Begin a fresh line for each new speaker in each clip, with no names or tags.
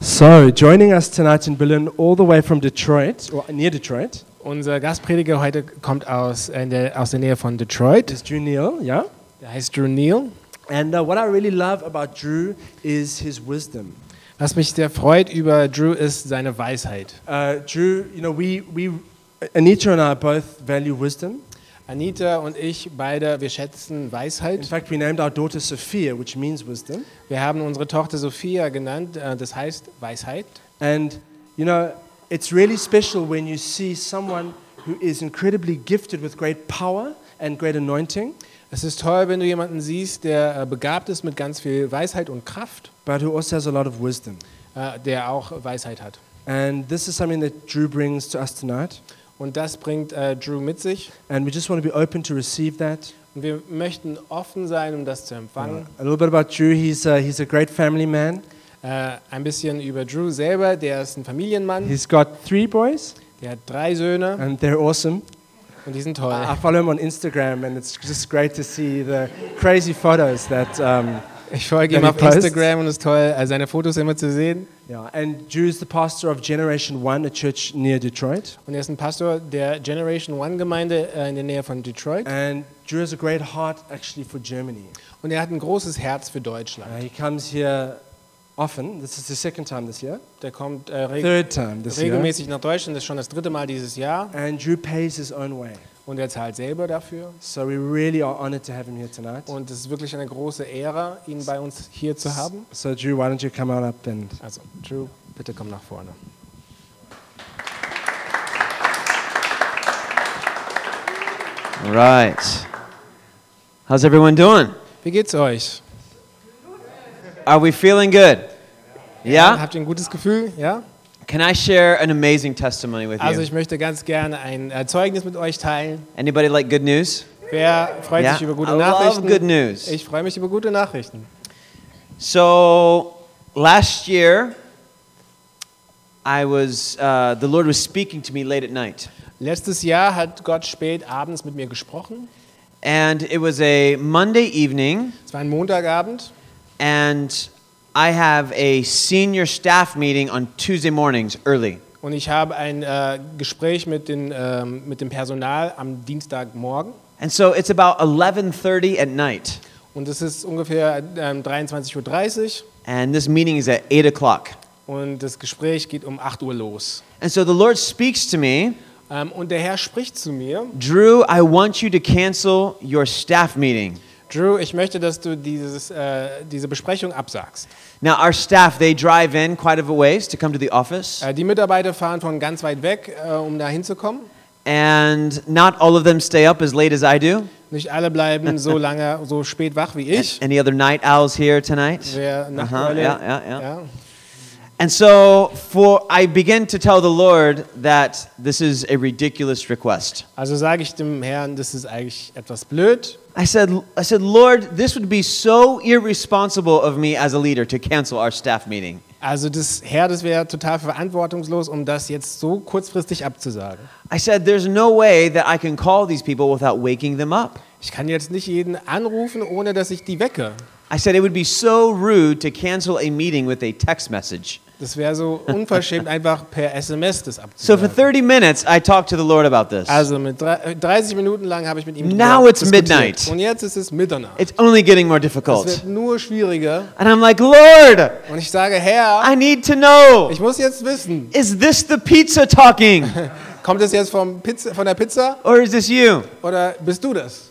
So, joining us tonight in Berlin, all the way from Detroit, or near Detroit,
Unser Gastprediger heute kommt aus, äh, in der, aus der Nähe von Detroit.
is Drew Neal, yeah?
Der heißt Drew Neal.
And uh, what I really love about Drew is his wisdom.
Was mich sehr freut über Drew ist seine Weisheit.
Uh, Drew, you know, we, we, Anita and I both value wisdom.
Anita und ich beide, wir schätzen
In
Weisheit.
fact, we named our daughter Sophia, which means wisdom.
Wir haben unsere Tochter Sophia genannt, äh, das heißt Weisheit.
And, you know, it's really special when you see someone who is incredibly gifted with great power and great anointing,
Es ist toll, wenn du jemanden siehst, der äh, begabt ist mit ganz viel Weisheit und Kraft,
but who also has a lot of wisdom.
äh, der auch Weisheit hat.
And this is something that Drew brings to us tonight.
Und das bringt äh, Drew mit sich.
And we just want to be open to receive that.
Und wir möchten offen sein, um das zu empfangen.
A little bit about Drew. He's a, he's a great family man.
Äh, ein bisschen über Drew selber, der ist ein Familienmann.
He's got three boys,
Der hat drei Söhne
and they're awesome.
und die sind toll.
I I follow him on Instagram, and it's just great to see the crazy photos that. Um,
Ich folge ihm
Danny
auf
Post.
Instagram und es ist toll, äh, seine Fotos immer zu sehen.
yeah. And Drew's the pastor of Generation One, a church near Detroit.
Und er ist ein Pastor der Generation One Gemeinde äh, in der Nähe von Detroit.
And Drew has a great heart actually for Germany.
Und er hat ein großes Herz für
Uh,
Deutschland.
he comes here often. This is the second time this year,
Der kommt äh, reg
third time this year.
regelmäßig nach Deutschland, das ist schon das dritte Mal dieses Jahr.
And Drew pays his own way.
Und er zahlt selber dafür.
So we really are honored to have him here tonight.
Und es ist wirklich eine große Ehre, ihn bei uns hier zu haben.
So, Drew, why don't you come on up and.
Also, Drew, bitte komm nach vorne.
All right. How's everyone doing?
Wie geht's euch?
Are we feeling good? Yeah?
Habt ihr ein gutes Gefühl? Ja?
Can I share an amazing testimony with
Also,
you?
ich möchte ganz gerne ein äh, Zeugnis mit euch teilen.
Anybody like good news?
Wer freut
Yeah,
sich über gute
I love
Nachrichten?
good news.
Ich freue mich über gute Nachrichten.
So, last year, I was, uh, the Lord was speaking to me late at night.
Letztes Jahr hat Gott spät abends mit mir gesprochen.
And it was a Monday evening,
Es war ein Montagabend
and I have a senior staff meeting on Tuesday mornings early.
und ich habe ein äh, Gespräch mit, den, ähm, mit dem Personal am Dienstagmorgen.
And so it's about 11:30 at night,
Und es ist ungefähr ähm, 23.30
and this meeting is at 8 o'clock.
Uhr und das Gespräch geht um 8 Uhr los.
And so the Lord speaks to me,
Ähm, und der Herr spricht zu mir,
Drew, I want you to cancel your staff meeting.
Drew, ich möchte, dass du dieses, äh, diese Besprechung absagst.
Now, our staff, they drive in quite a ways to come to the office,
Äh, die Mitarbeiter fahren von ganz weit weg, äh, um da hinzukommen.
and not all of them stay up as late as I do.
Nicht alle bleiben so lange, so spät wach wie ich.
Any other night owls here tonight?
Wer
Aha,
Nachteule,
yeah, yeah, yeah. And so for I begin to tell the Lord that this is a ridiculous request.
Also sage ich dem Herrn, das ist eigentlich etwas blöd.
I said, I said, Lord, this would be so irresponsible of me as a leader to cancel our staff meeting.
Also das Herr, das wäre total verantwortungslos, um das jetzt so kurzfristig abzusagen.
I said, There's no way that I can call these people without waking them up.
Ich kann jetzt nicht jeden anrufen, ohne dass ich die wecke.
I said, It would be so rude to cancel a meeting with a text message.
Das wäre so unverschämt, einfach per SMS das
So for
abzusagen.
30 minutes, I talked to the Lord about this.
Also mit drei- äh, 30 Minuten lang habe ich mit ihm drüber
Now it's
diskutiert.
midnight.
Und jetzt ist es Mitternacht.
It's only getting more
Es
difficult.
wird nur schwieriger.
And I'm like, Lord,
Und ich sage, Herr,
I need to know
ich muss jetzt wissen,
is this the pizza talking
kommt es jetzt vom Pizza, von der Pizza
or is this you?
oder bist du das?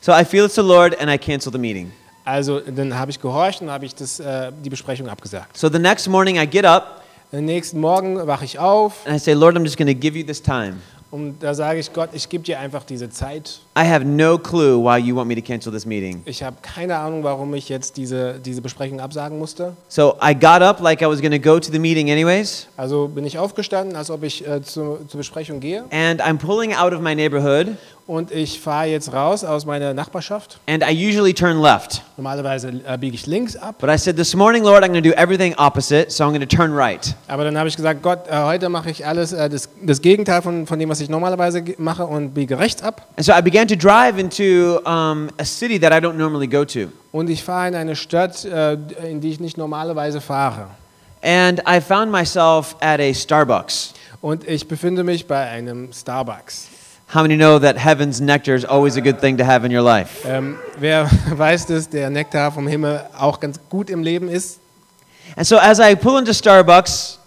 So I feel it's the Lord and I cancel the meeting.
Also dann habe ich gehorcht und habe ich das, äh, die Besprechung abgesagt.
So the next morning, I get up
Am nächsten Morgen wache ich auf
and I say, Lord, I'm just going to give you this time.
und da sage ich Gott, ich gebe dir einfach diese Zeit.
I have no clue why you want me to cancel this meeting.
Ich habe keine Ahnung, warum ich jetzt diese, diese Besprechung absagen musste.
So I got up like I was going to go to the meeting anyways,
Also bin ich aufgestanden, als ob ich äh, zu, zur Besprechung gehe.
and I'm pulling out of my neighborhood,
Und ich fahre jetzt raus aus meiner Nachbarschaft.
and I usually turn left.
Normalerweise äh, biege ich links ab.
But I said, This morning, Lord, I'm going to do everything opposite, so I'm going to turn right.
Aber dann habe ich gesagt, Gott, äh, heute mache ich alles äh, das, das Gegenteil von, von dem, was ich normalerweise ge- mache und biege rechts ab.
And so I began to drive into um, a city that I don't normally go to.
Und ich fahre in eine Stadt, äh, in die ich nicht normalerweise fahre.
and I found myself at a Starbucks.
Und ich befinde mich bei einem Starbucks.
How many know that heaven's nectar is always a good thing to have in your life?
Ähm, wer weiß, dass der Nektar vom Himmel auch ganz gut im Leben ist?
And so as I pull into Starbucks,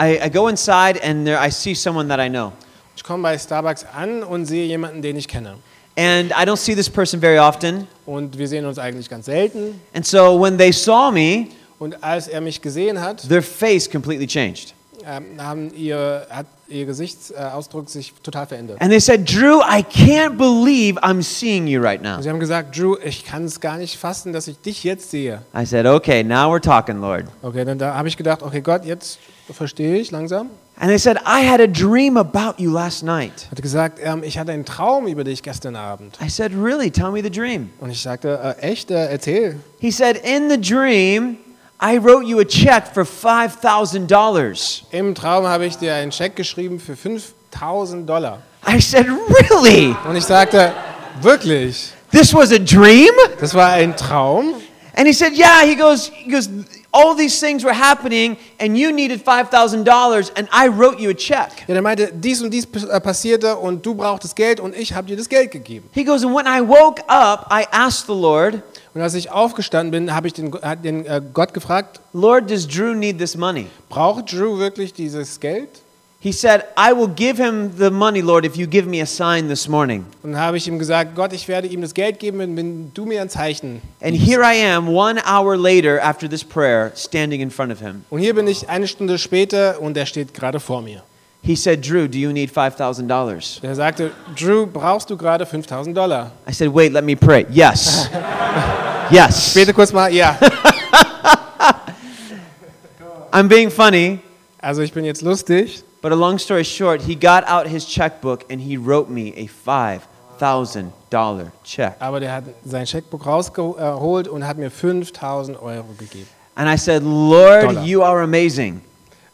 I, I go inside and there I see someone that I know.
Ich komme bei Starbucks an und sehe jemanden, den ich kenne.
And I don't see this person very often.
Und wir sehen uns eigentlich ganz selten.
And so when they saw me,
Und als er mich gesehen hat,
their face completely changed.
ähm, haben ihr, hat ihr Gesichtsausdruck sich total verändert.
And they said, Drew, I can't believe I'm seeing you right now.
Sie haben gesagt, Drew, ich kann es gar nicht fassen, dass ich dich jetzt sehe.
I said, okay, now we're talking, Lord.
Okay, dann da habe ich gedacht, okay Gott, jetzt verstehe ich langsam.
And they said, I had a dream about you last night.
Hat gesagt, ähm, ich hatte einen Traum über dich gestern Abend.
I said, really? Tell me the dream.
Und ich sagte, äh, echt, äh, erzähl.
He said, in the dream, I wrote you a check for $5,000.
Im Traum habe ich dir einen Scheck geschrieben für 5000 Dollar.
I said, really?
Und ich sagte, wirklich?
This was a dream?
Das war ein Traum?
And he said, yeah. He goes, he goes, all these things were happening and you needed $5,000 and I wrote you a check.
Ja, der meinte, dies und dies äh, passierte und du brauchtest Geld und ich habe dir das Geld gegeben.
He goes, and when I woke up, I asked the Lord,
Und als ich aufgestanden bin, habe ich den, hat den äh, Gott gefragt,
Lord, does Drew need this money?
braucht Drew wirklich dieses Geld?
He said, I will give him the money, Lord, if you give me a sign this morning.
Und dann habe ich ihm gesagt, Gott, ich werde ihm das Geld geben, wenn, wenn du mir ein Zeichen.
And here I am, one hour later after this prayer, standing in front of him.
Und hier bin ich eine Stunde später und er steht gerade vor mir.
He said, Drew, do you need $5,000?
Der sagte, Drew, brauchst du gerade 5000 Dollar?
I said, wait, let me pray. Yes. yes.
Bete kurz mal, ja.
I'm being funny,
Also ich bin jetzt lustig.
but a long story short, he got out his checkbook and he wrote me a $5,000 check.
Aber der hat sein Scheckbuch rausgeholt und hat mir 5000 Euro gegeben.
And I said, Lord,
Dollar.
you are amazing.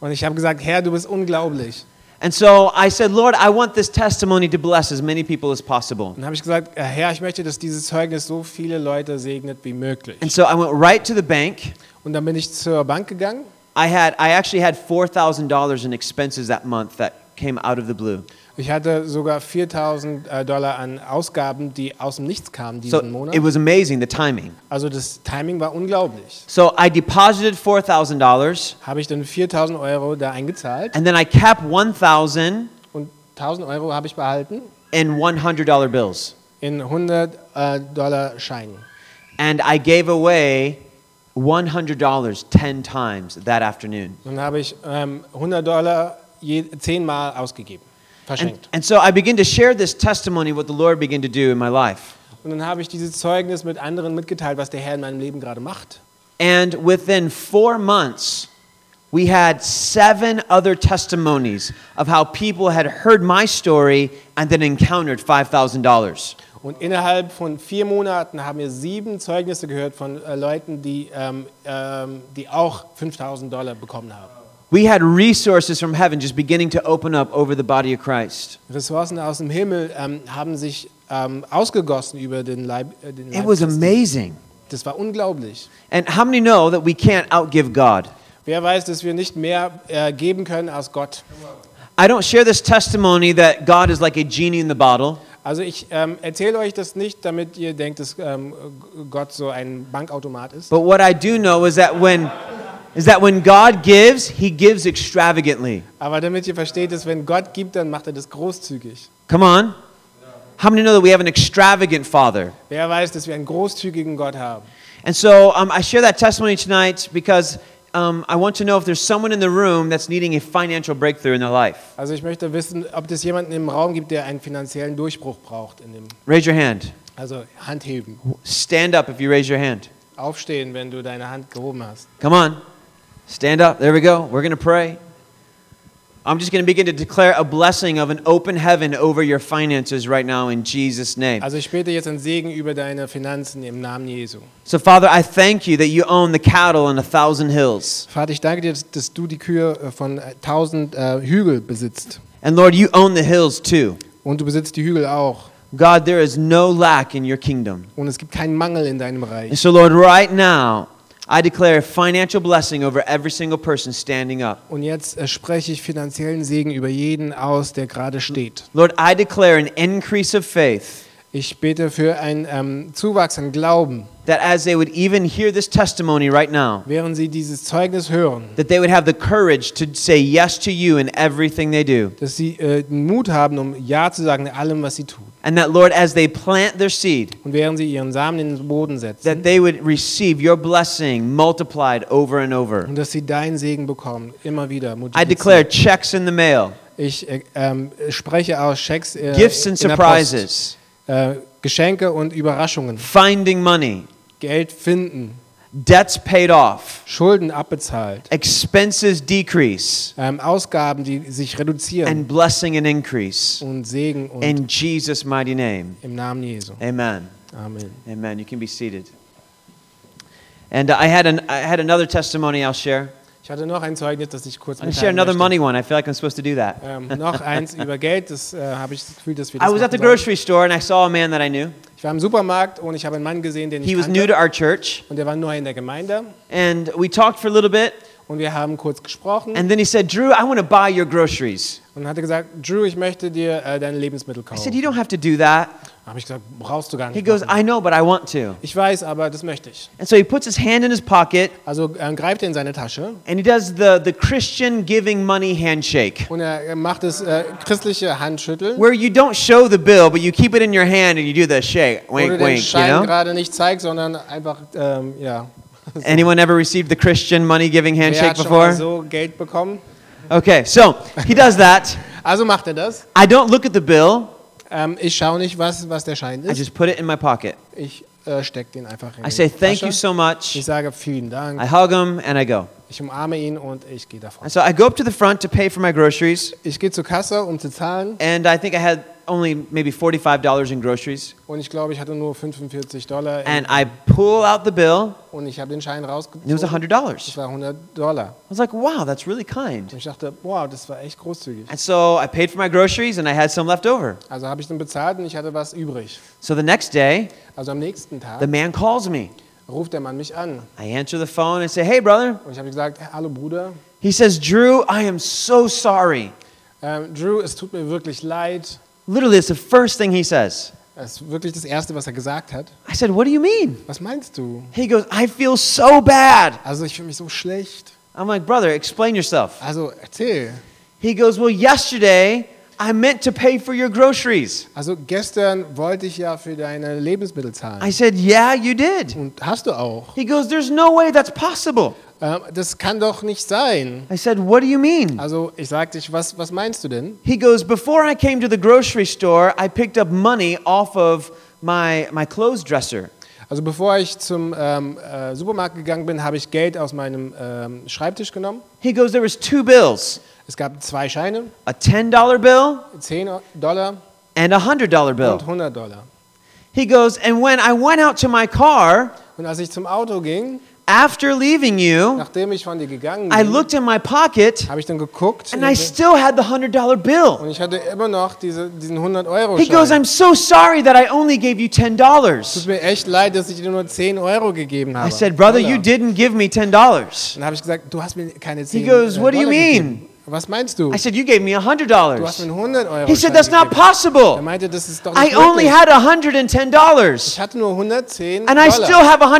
Und ich habe gesagt, Herr, du bist unglaublich.
And so I said, Lord, I want this testimony to bless as many people as possible.
Und dann habe ich gesagt, äh, Herr, ich möchte, dass dieses Zeugnis so viele Leute segnet wie möglich.
And so I went right to the bank.
Und dann bin ich zur Bank gegangen
I had I actually had four thousand dollars in expenses that month that came out of the blue.
Ich hatte sogar 4000 äh, Dollar an Ausgaben, die aus dem Nichts kamen
So
diesen
it
Monat.
was amazing the timing.
Also das Timing war unglaublich.
So I deposited four thousand dollars
Habe ich dann 4000 Euro da eingezahlt
and then I kept one thousand
und 1000 Euro habe ich behalten
in one hundred dollar bills.
in 100 äh, Dollar Scheinen.
And I gave away one hundred dollars ten times that afternoon.
Dann habe ich ähm, 100 Dollar je, 10 Mal ausgegeben,
And,
verschenkt.
and so I began to share this testimony, what the Lord began to do in my life.
Und dann habe ich dieses Zeugnis mit anderen mitgeteilt, was der Herr in meinem Leben gerade macht.
And within four months, we had seven other testimonies of how people had heard my story and then encountered $5,000.
Und innerhalb von vier Monaten haben wir sieben Zeugnisse gehört von äh, Leuten, die, ähm, ähm, die auch 5000 Dollar bekommen haben.
We had resources from heaven just beginning to open up over the body of Christ.
Ressourcen aus dem Himmel ähm, haben sich ähm, ausgegossen über den Leib. Äh, den
It
Leib
was
Christi.
amazing.
Das war unglaublich.
And how many know that we can't outgive God?
Wer weiß, dass wir nicht mehr äh, geben können als Gott.
I don't share this testimony that God is like a genie in the bottle.
Also ich ähm, erzähle euch das nicht, damit ihr denkt, dass ähm, G- Gott so ein Bankautomat ist.
But what I do know is that when is that when God gives, he gives extravagantly.
Aber damit ihr versteht, dass wenn Gott gibt, dann macht er das großzügig.
Come on. How many know that we have an extravagant father?
Wer weiß, dass wir einen großzügigen Gott haben.
And so um, I share that testimony tonight because um, I want to know if there's someone in the room that's needing a financial breakthrough in their life.
Also ich möchte wissen, ob es jemanden im Raum gibt, der einen finanziellen Durchbruch braucht. In dem,
Raise your hand.
also Hand heben.
Stand up if you raise your hand.
Aufstehen, wenn du deine Hand gehoben hast.
Come on. Stand up. There we go. We're going to pray. I'm just going to begin to declare a blessing of an open heaven over your finances right now in Jesus' name.
Also ich bete jetzt einen Segen über deine Finanzen im Namen Jesu.
So, Father, I thank you that you own the cattle on a thousand hills.
Vater, ich danke dir, dass- dass du die Kühe äh, von tausend äh, Hügel besitzt.
And Lord, you own the hills too.
Und du besitzt die Hügel auch.
God, there is no lack in your kingdom.
Und es gibt keinen Mangel in deinem
And
Reich.
so, Lord, right now, I declare financial blessing over every single person standing up.
Und jetzt äh, spreche ich finanziellen Segen über jeden aus, der gerade steht.
Lord, I declare an increase of faith
Ich bete für einen ähm, Zuwachs an Glauben,
that as they would even hear this testimony right now,
während sie dieses Zeugnis hören,
that they would have the courage to say yes to you in everything they do.
dass sie äh, den Mut haben, um Ja zu sagen in allem, was sie tun.
And that, Lord, as they plant their seed,
Und während sie ihren Samen in den Boden setzen
that they would receive your blessing multiplied over and over.
und dass sie deinen Segen bekommen, immer wieder.
I declare checks in the mail,
Ich äh, ähm, spreche aus Schecks, äh,
gifts and
in der Post.
surprises,
Äh, Geschenke und Überraschungen,
finding money,
Geld finden,
debts paid off,
Schulden abbezahlt,
expenses decrease,
ähm, Ausgaben, die sich reduzieren
and blessing and increase.
und Segen und
In Jesus' mighty name.
im Namen Jesu.
Amen.
Amen.
Amen. You can be seated. And uh, I had, an, I had another testimony I'll share.
Ich hatte noch ein Zeugnis, das ich kurz
I'm going to share another
mitteilen möchte.
money one. I feel like I'm supposed to do that.
Ähm, noch eins über Geld, das äh, habe ich das Gefühl, dass wir
I
das
was at the
machen sollten.
grocery store and I saw a man that I knew.
Ich war im Supermarkt und ich habe einen Mann gesehen, den
He
ich
was new to
kannte
our church.
und der war neu in der Gemeinde
And we talked for a little bit.
und wir haben kurz gesprochen
And then he said, Drew, I want to buy your groceries.
und hatte gesagt, Drew, ich möchte dir äh, deine Lebensmittel
I
kaufen.
said, You don't have to do that.
habe ich gesagt, brauchst du gar nicht.
He goes,
machen.
I know, but I want to.
ich weiß, aber das möchte ich.
And so he puts his hand in his pocket
Also äh, greift er in seine Tasche
and he does the, the Christian giving money handshake,
und er äh, macht das äh, christliche Handschütteln,
where you don't show the bill, but you keep it in your hand and you do the shake,
wo du
wink,
den
wink, you
Schein
know?
gerade nicht zeigst, sondern einfach, ähm, ja.
Anyone ever received the Christian money giving
Wer
handshake
hat schon mal
before?
so Geld bekommen?
Okay, so he does that.
Also macht er das.
I don't look at the bill,
Ähm, ich schaue nicht, was, was der Schein
I
ist.
just put it in my pocket.
Ich äh, steck den einfach in
I
die
say, Thank
Tasche.
you so much.
Ich sage vielen Dank.
I hug him and I go.
Ich umarme ihn und ich gehe davon.
And so I go up to the front to pay for my groceries.
Ich gehe zur Kasse, um zu zahlen.
and I think I had only maybe $45 in groceries.
Und ich glaube, ich hatte nur 45 Dollar.
And
In,
I pull out the bill,
und ich habe den Schein
and it was
rausgezogen. Das
$100. I
war 100 Dollar.
was like, wow, that's really
Und
kind.
ich dachte, wow, das war echt großzügig.
And so I paid for my groceries and I had some left over.
Also habe ich den bezahlt und ich hatte was übrig.
So the next day,
Also am nächsten
the
Tag
man calls me.
ruft der Mann mich an.
I answer the phone and say, hey, brother.
Und ich habe gesagt, hallo Bruder.
He says, Drew, I am so sorry.
Ähm, Drew, es tut mir wirklich leid.
Literally, it's the first thing he says.
Das ist wirklich das Erste, was er gesagt hat.
I said, what do you mean?
Was meinst du?
He goes, I feel so bad.
Also ich fühle mich so schlecht.
I'm like, brother, explain yourself.
Also erzähl.
He goes, well, yesterday I meant to pay for your groceries.
Also gestern wollte ich ja für deine Lebensmittel zahlen.
I said, yeah, you did.
Und hast du auch.
He goes, There's no way that's possible.
Ähm, das kann doch nicht sein.
I said, What do you mean?
Also ich sagte dich, was, was meinst du denn?
He goes, Before I came to the grocery store, I picked up money off of my, my clothes dresser.
Also bevor ich zum ähm, äh, Supermarkt gegangen bin, habe ich Geld aus meinem ähm, Schreibtisch genommen.
He goes, There was two bills
Es gab zwei Scheine,
a $10 bill
10 O- Dollar
and a $100
und
bill.
100 Dollar.
He goes, And when I went out to my car
Und als ich zum Auto ging,
after leaving you,
nachdem ich von dir gegangen
I
bin,
looked in my pocket
habe ich dann geguckt
and I still had the $100 bill.
und ich hatte immer noch diese, diesen 100 Euro
He goes,
Schein.
I'm so sorry that I only gave you
Es
$10.
tut mir echt leid, dass ich dir nur 10 Euro gegeben habe.
I said, Brother,
Dollar.
you didn't give me $10.
Dann habe ich gesagt, du hast mir keine 10
goes,
äh,
"What do you
Dollar
mean?"
gegeben. Was meinst du?
I said, You gave me
Du hast mir
$100.
einen 100 Euro
He said,
Schein
That's not
gegeben. Er
possible.
meinte, das ist doch
I
nicht
only
möglich.
had $110.
Ich hatte nur 110
And I
Dollar.
still have
ich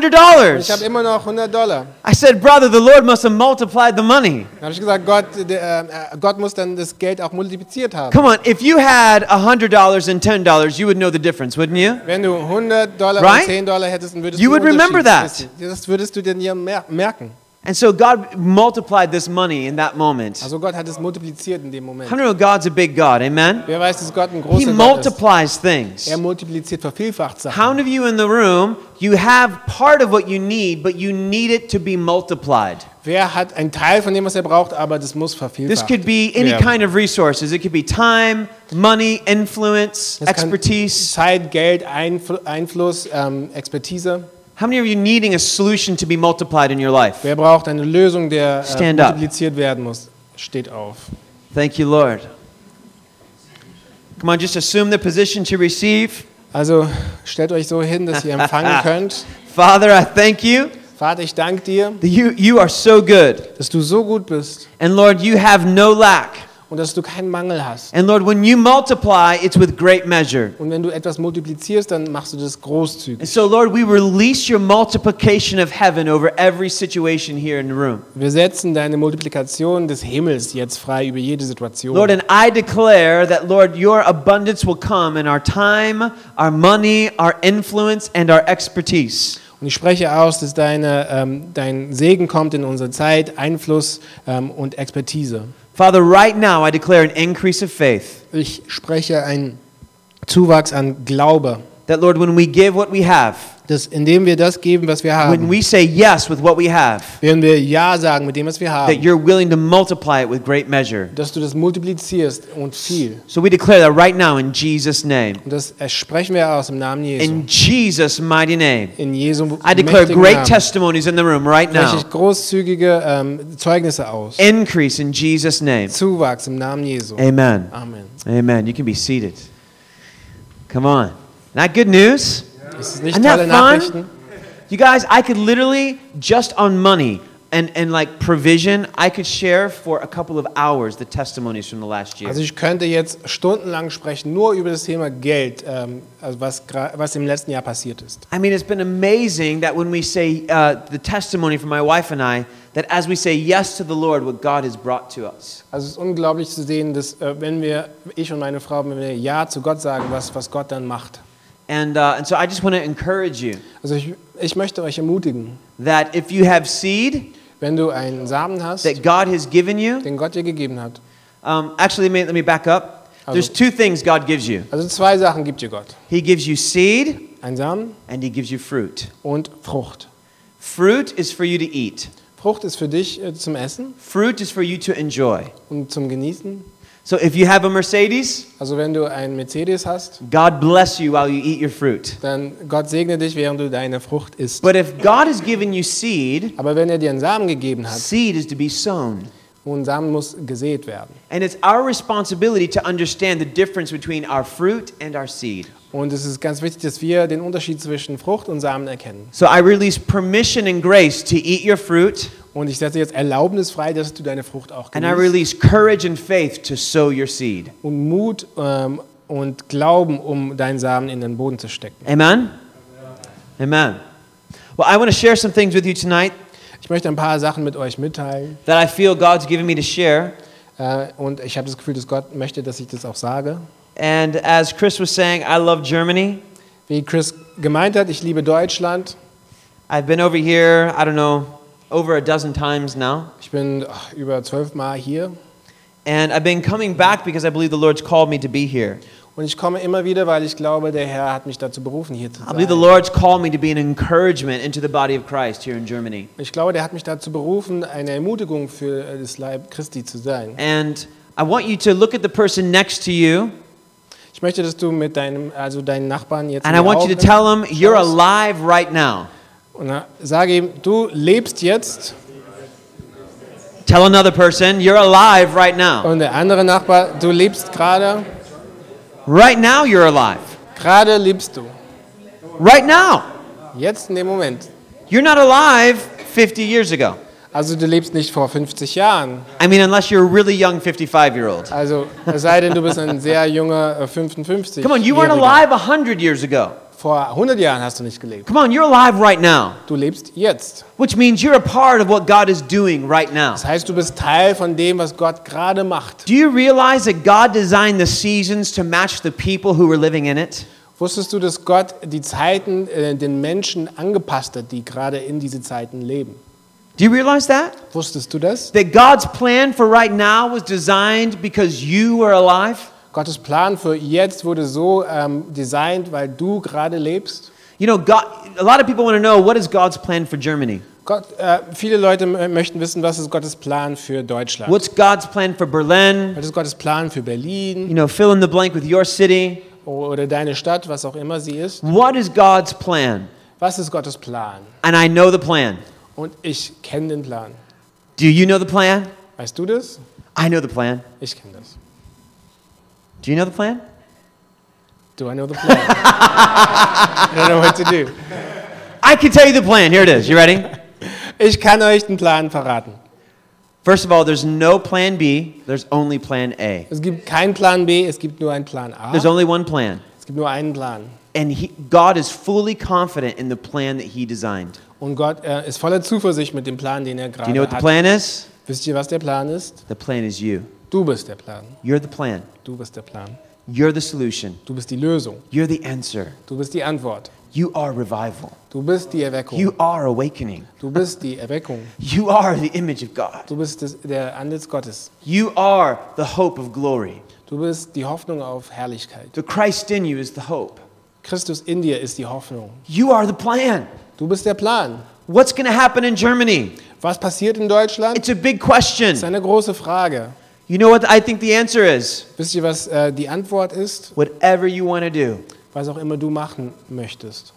habe
$100.
immer noch 100 Dollar.
I said, Brother, the Lord must have multiplied the money.
Dann habe ich gesagt, Gott, der, äh, Gott muss dann das Geld auch multipliziert haben.
Come on, if you had $100 and $10, you would know the difference, wouldn't you?
Wenn du 100 Dollar
Right?
und 10 Dollar hättest, dann würdest
You
du
would remember
Unterschied
that.
wissen. Das würdest du dir nie mer merken.
And so God multiplied this money in that moment.
Also Gott hat es multipliziert in dem Moment.
How many know God's a big God? Amen?
Wer weiß, dass Gott ein
He
großer Gott ist?
multiplies things.
Er multipliziert, vervielfacht
How
Sachen.
many of you in the room, you have part of what you need, but you need it to be multiplied?
Wer hat einen Teil von dem, was er braucht, aber das muss
This
vervielfacht
could be any
werden.
kind of resources. It could be time, money, influence,
Das kann
expertise.
Zeit, Geld, Einfl Einfluss, ähm, Expertise.
How many of you needing a solution to be multiplied in your life?
Wer braucht eine Lösung, der äh,
Stand up.
multipliziert werden muss? Steht auf.
Thank you, Lord. Come on, just assume the position to receive.
Also stellt euch so hin, dass ihr empfangen könnt.
Father, I thank you
Vater, ich danke dir,
that you, you are so good.
dass du so gut bist
And Lord, you have no lack.
und dass du keinen Mangel hast.
And Lord, when you multiply, it's with great measure.
Und wenn du etwas multiplizierst, dann machst du das großzügig.
And so, Lord, we release your multiplication of heaven over every situation here in the room.
Wir setzen deine Multiplikation des Himmels jetzt frei über jede Situation.
Lord, and I declare that, Lord, your abundance will come in our time, our money, our influence, and our expertise.
Und ich spreche aus, dass deine, ähm, dein Segen kommt in unsere Zeit, Einfluss ähm, und Expertise.
Father, right now I declare an increase of faith
Ich spreche einen Zuwachs an Glaube,
that, Lord, when we give what we have,
dass indem wir das geben, was wir
when
haben,
we say yes with what we have,
wenn wir Ja sagen mit dem, was wir
that
haben,
you're willing to multiply it with great measure.
dass du das multiplizierst und viel.
So we declare that right now in Jesus' name.
Und das sprechen wir aus im Namen Jesu.
In Jesus' mighty name.
In Jesu
I declare
mächtigen
great
Namen
testimonies in the room right
spreche
now.
ich großzügige ähm, Zeugnisse aus.
Increase in Jesus' name.
Zuwachs im Namen Jesu.
Amen.
Amen.
Amen. You can be seated. Come on. Not good news?
Ist es nicht
Isn't that
tolle
fun?
Nachrichten?
You guys, I could literally just on money and, and like provision, I could share for a couple of hours the testimonies from the last year.
Also ich könnte jetzt stundenlang sprechen nur über das Thema Geld, ähm, also was, gra- was im letzten Jahr passiert ist.
I mean, it's been amazing that when we say uh, the testimony from my wife and I, that as we say yes to the Lord, what God has brought to us.
Also es ist unglaublich zu sehen, dass äh, wenn wir, ich und meine Frau, wenn wir Ja zu Gott sagen, was, was Gott dann macht.
And, uh, and so I just want to encourage you
Also ich, ich möchte euch ermutigen,
that if you have seed
wenn du einen Samen hast,
that God has given you,
den Gott dir gegeben hat.
um, actually, let me, let me back up. There's two things God gives you
Also zwei Sachen gibt dir Gott.
He gives you seed
Ein Samen
and He gives you fruit.
und Frucht.
Fruit is for you to eat,
Frucht ist für dich äh, zum Essen
fruit is for you to enjoy.
und zum Genießen.
So if you have a Mercedes,
Also wenn du einen Mercedes hast,
God bless you while you eat your fruit.
dann Gott segne dich, während du deine Frucht isst.
But if God has given you seed,
Aber wenn er dir einen Samen gegeben hat,
Seed is to be sown.
Und Samen muss gesät werden.
And it's our responsibility to understand the difference between our fruit and our seed.
Und es ist ganz wichtig, dass wir den Unterschied zwischen Frucht und Samen erkennen.
So I release permission and grace to eat your fruit,
Und ich setze jetzt Erlaubnis frei, dass du deine Frucht auch
and I
genießt.
release courage and faith to sow your seed.
Und Mut ähm, und Glauben, um deinen Samen in den Boden zu stecken.
Amen? Amen. Well, I want to share some things with you tonight
Ich möchte ein paar Sachen mit euch mitteilen.
that I feel God's given me to share.
Äh, und ich habe das Gefühl, dass Gott möchte, dass ich das auch sage.
And as Chris was saying, I love Germany.
Wie Chris gemeint hat, ich liebe Deutschland.
I've been over here, I don't know, over a dozen times now.
Ich bin ach, über zwölf Mal hier.
And I've been coming back because I believe the Lord's called me to be here.
Und ich komme immer wieder, weil ich glaube, der Herr hat mich dazu berufen, hier zu
I believe the
sein.
Lord's called me to be an encouragement into the body of Christ here in Germany.
Ich glaube, der hat mich dazu berufen, eine Ermutigung für äh, das Leib Christi zu sein.
And I want you to look at the person next to you,
Ich möchte, dass du mit deinem, also deinen Nachbarn jetzt.
and
in
I
die
want you to
Augen
tell them you're
schaust
alive right now.
Und dann sage ihm, du lebst jetzt.
Tell another person you're alive right now.
Und der andere Nachbar, du lebst gerade.
Right now, you're alive.
Gerade lebst du.
Right now.
Jetzt in dem Moment.
You're not alive 50 years ago.
Also du lebst nicht vor 50 Jahren.
I mean, unless you're a really young 55 year old.
Also es sei denn, du bist ein sehr junger äh, 55.
Come on, you weren't
Jähriger.
alive 100 years ago.
Vor 100 Jahren hast du nicht gelebt.
Come on, you're alive right now,
Du lebst jetzt.
which means you're a part of what God is doing right now.
Das heißt, du bist Teil von dem, was Gott gerade macht.
Do you realize that God designed the seasons to match the people who were living in it?
Wusstest du, dass Gott die Zeiten äh, den Menschen angepasst hat, die gerade in diese Zeiten leben?
Do you realize that?
Wusstest du das?
That God's plan for right now was designed because you were alive?
Gottes Plan für jetzt wurde so ähm, designt, weil du gerade lebst.
You know, God, a lot of people want to know what is God's plan for Germany?
Gott, äh, viele Leute m- möchten wissen, was ist Gottes Plan für Deutschland?
What's God's plan for Berlin?
was ist Gottes Plan für
You
Berlin
know, fill in the blank with your city.
o- oder deine Stadt, was auch immer sie ist?
What is God's plan?
Was ist Gottes Plan?
And I know the plan.
Und ich kenne den Plan.
Do you know the plan?
Weißt du das?
I know the plan.
Ich kenne das.
Do you know the plan?
Do I know the plan? I don't know what to do.
I can tell you the plan. Here it is. You ready?
Ich kann euch den Plan verraten.
First of all, there's no plan B, there's only plan A.
Es gibt keinen Plan B, es gibt nur einen Plan A.
There's only one plan.
Es gibt nur einen Plan.
And he, God is fully confident in the plan that He designed.
Und Gott äh, ist voller Zuversicht mit dem Plan, den er
Do you know
gerade
what the
hat.
plan is?
Wisst ihr, was der Plan ist?
The plan is you.
Du bist der Plan.
You're the plan.
Du bist der Plan.
You're the solution.
Du bist die Lösung.
You're the answer.
Du bist die Antwort.
You are revival.
Du bist die Erweckung.
You are awakening.
Du bist die Erweckung.
You are the image of God.
Du bist das, der Antlitz Gottes.
You are the hope of glory.
Du bist die Hoffnung auf Herrlichkeit.
The Christ in you is the hope.
Christus in dir ist die Hoffnung.
You are the plan.
Du bist der Plan.
What's going to happen in Germany?
Was passiert in Deutschland?
It's a big
Das ist
question.
eine große Frage.
You know what I think the answer is?
Wisst ihr, was äh, die Antwort ist?
Whatever you want to do,
Was auch immer du machen möchtest.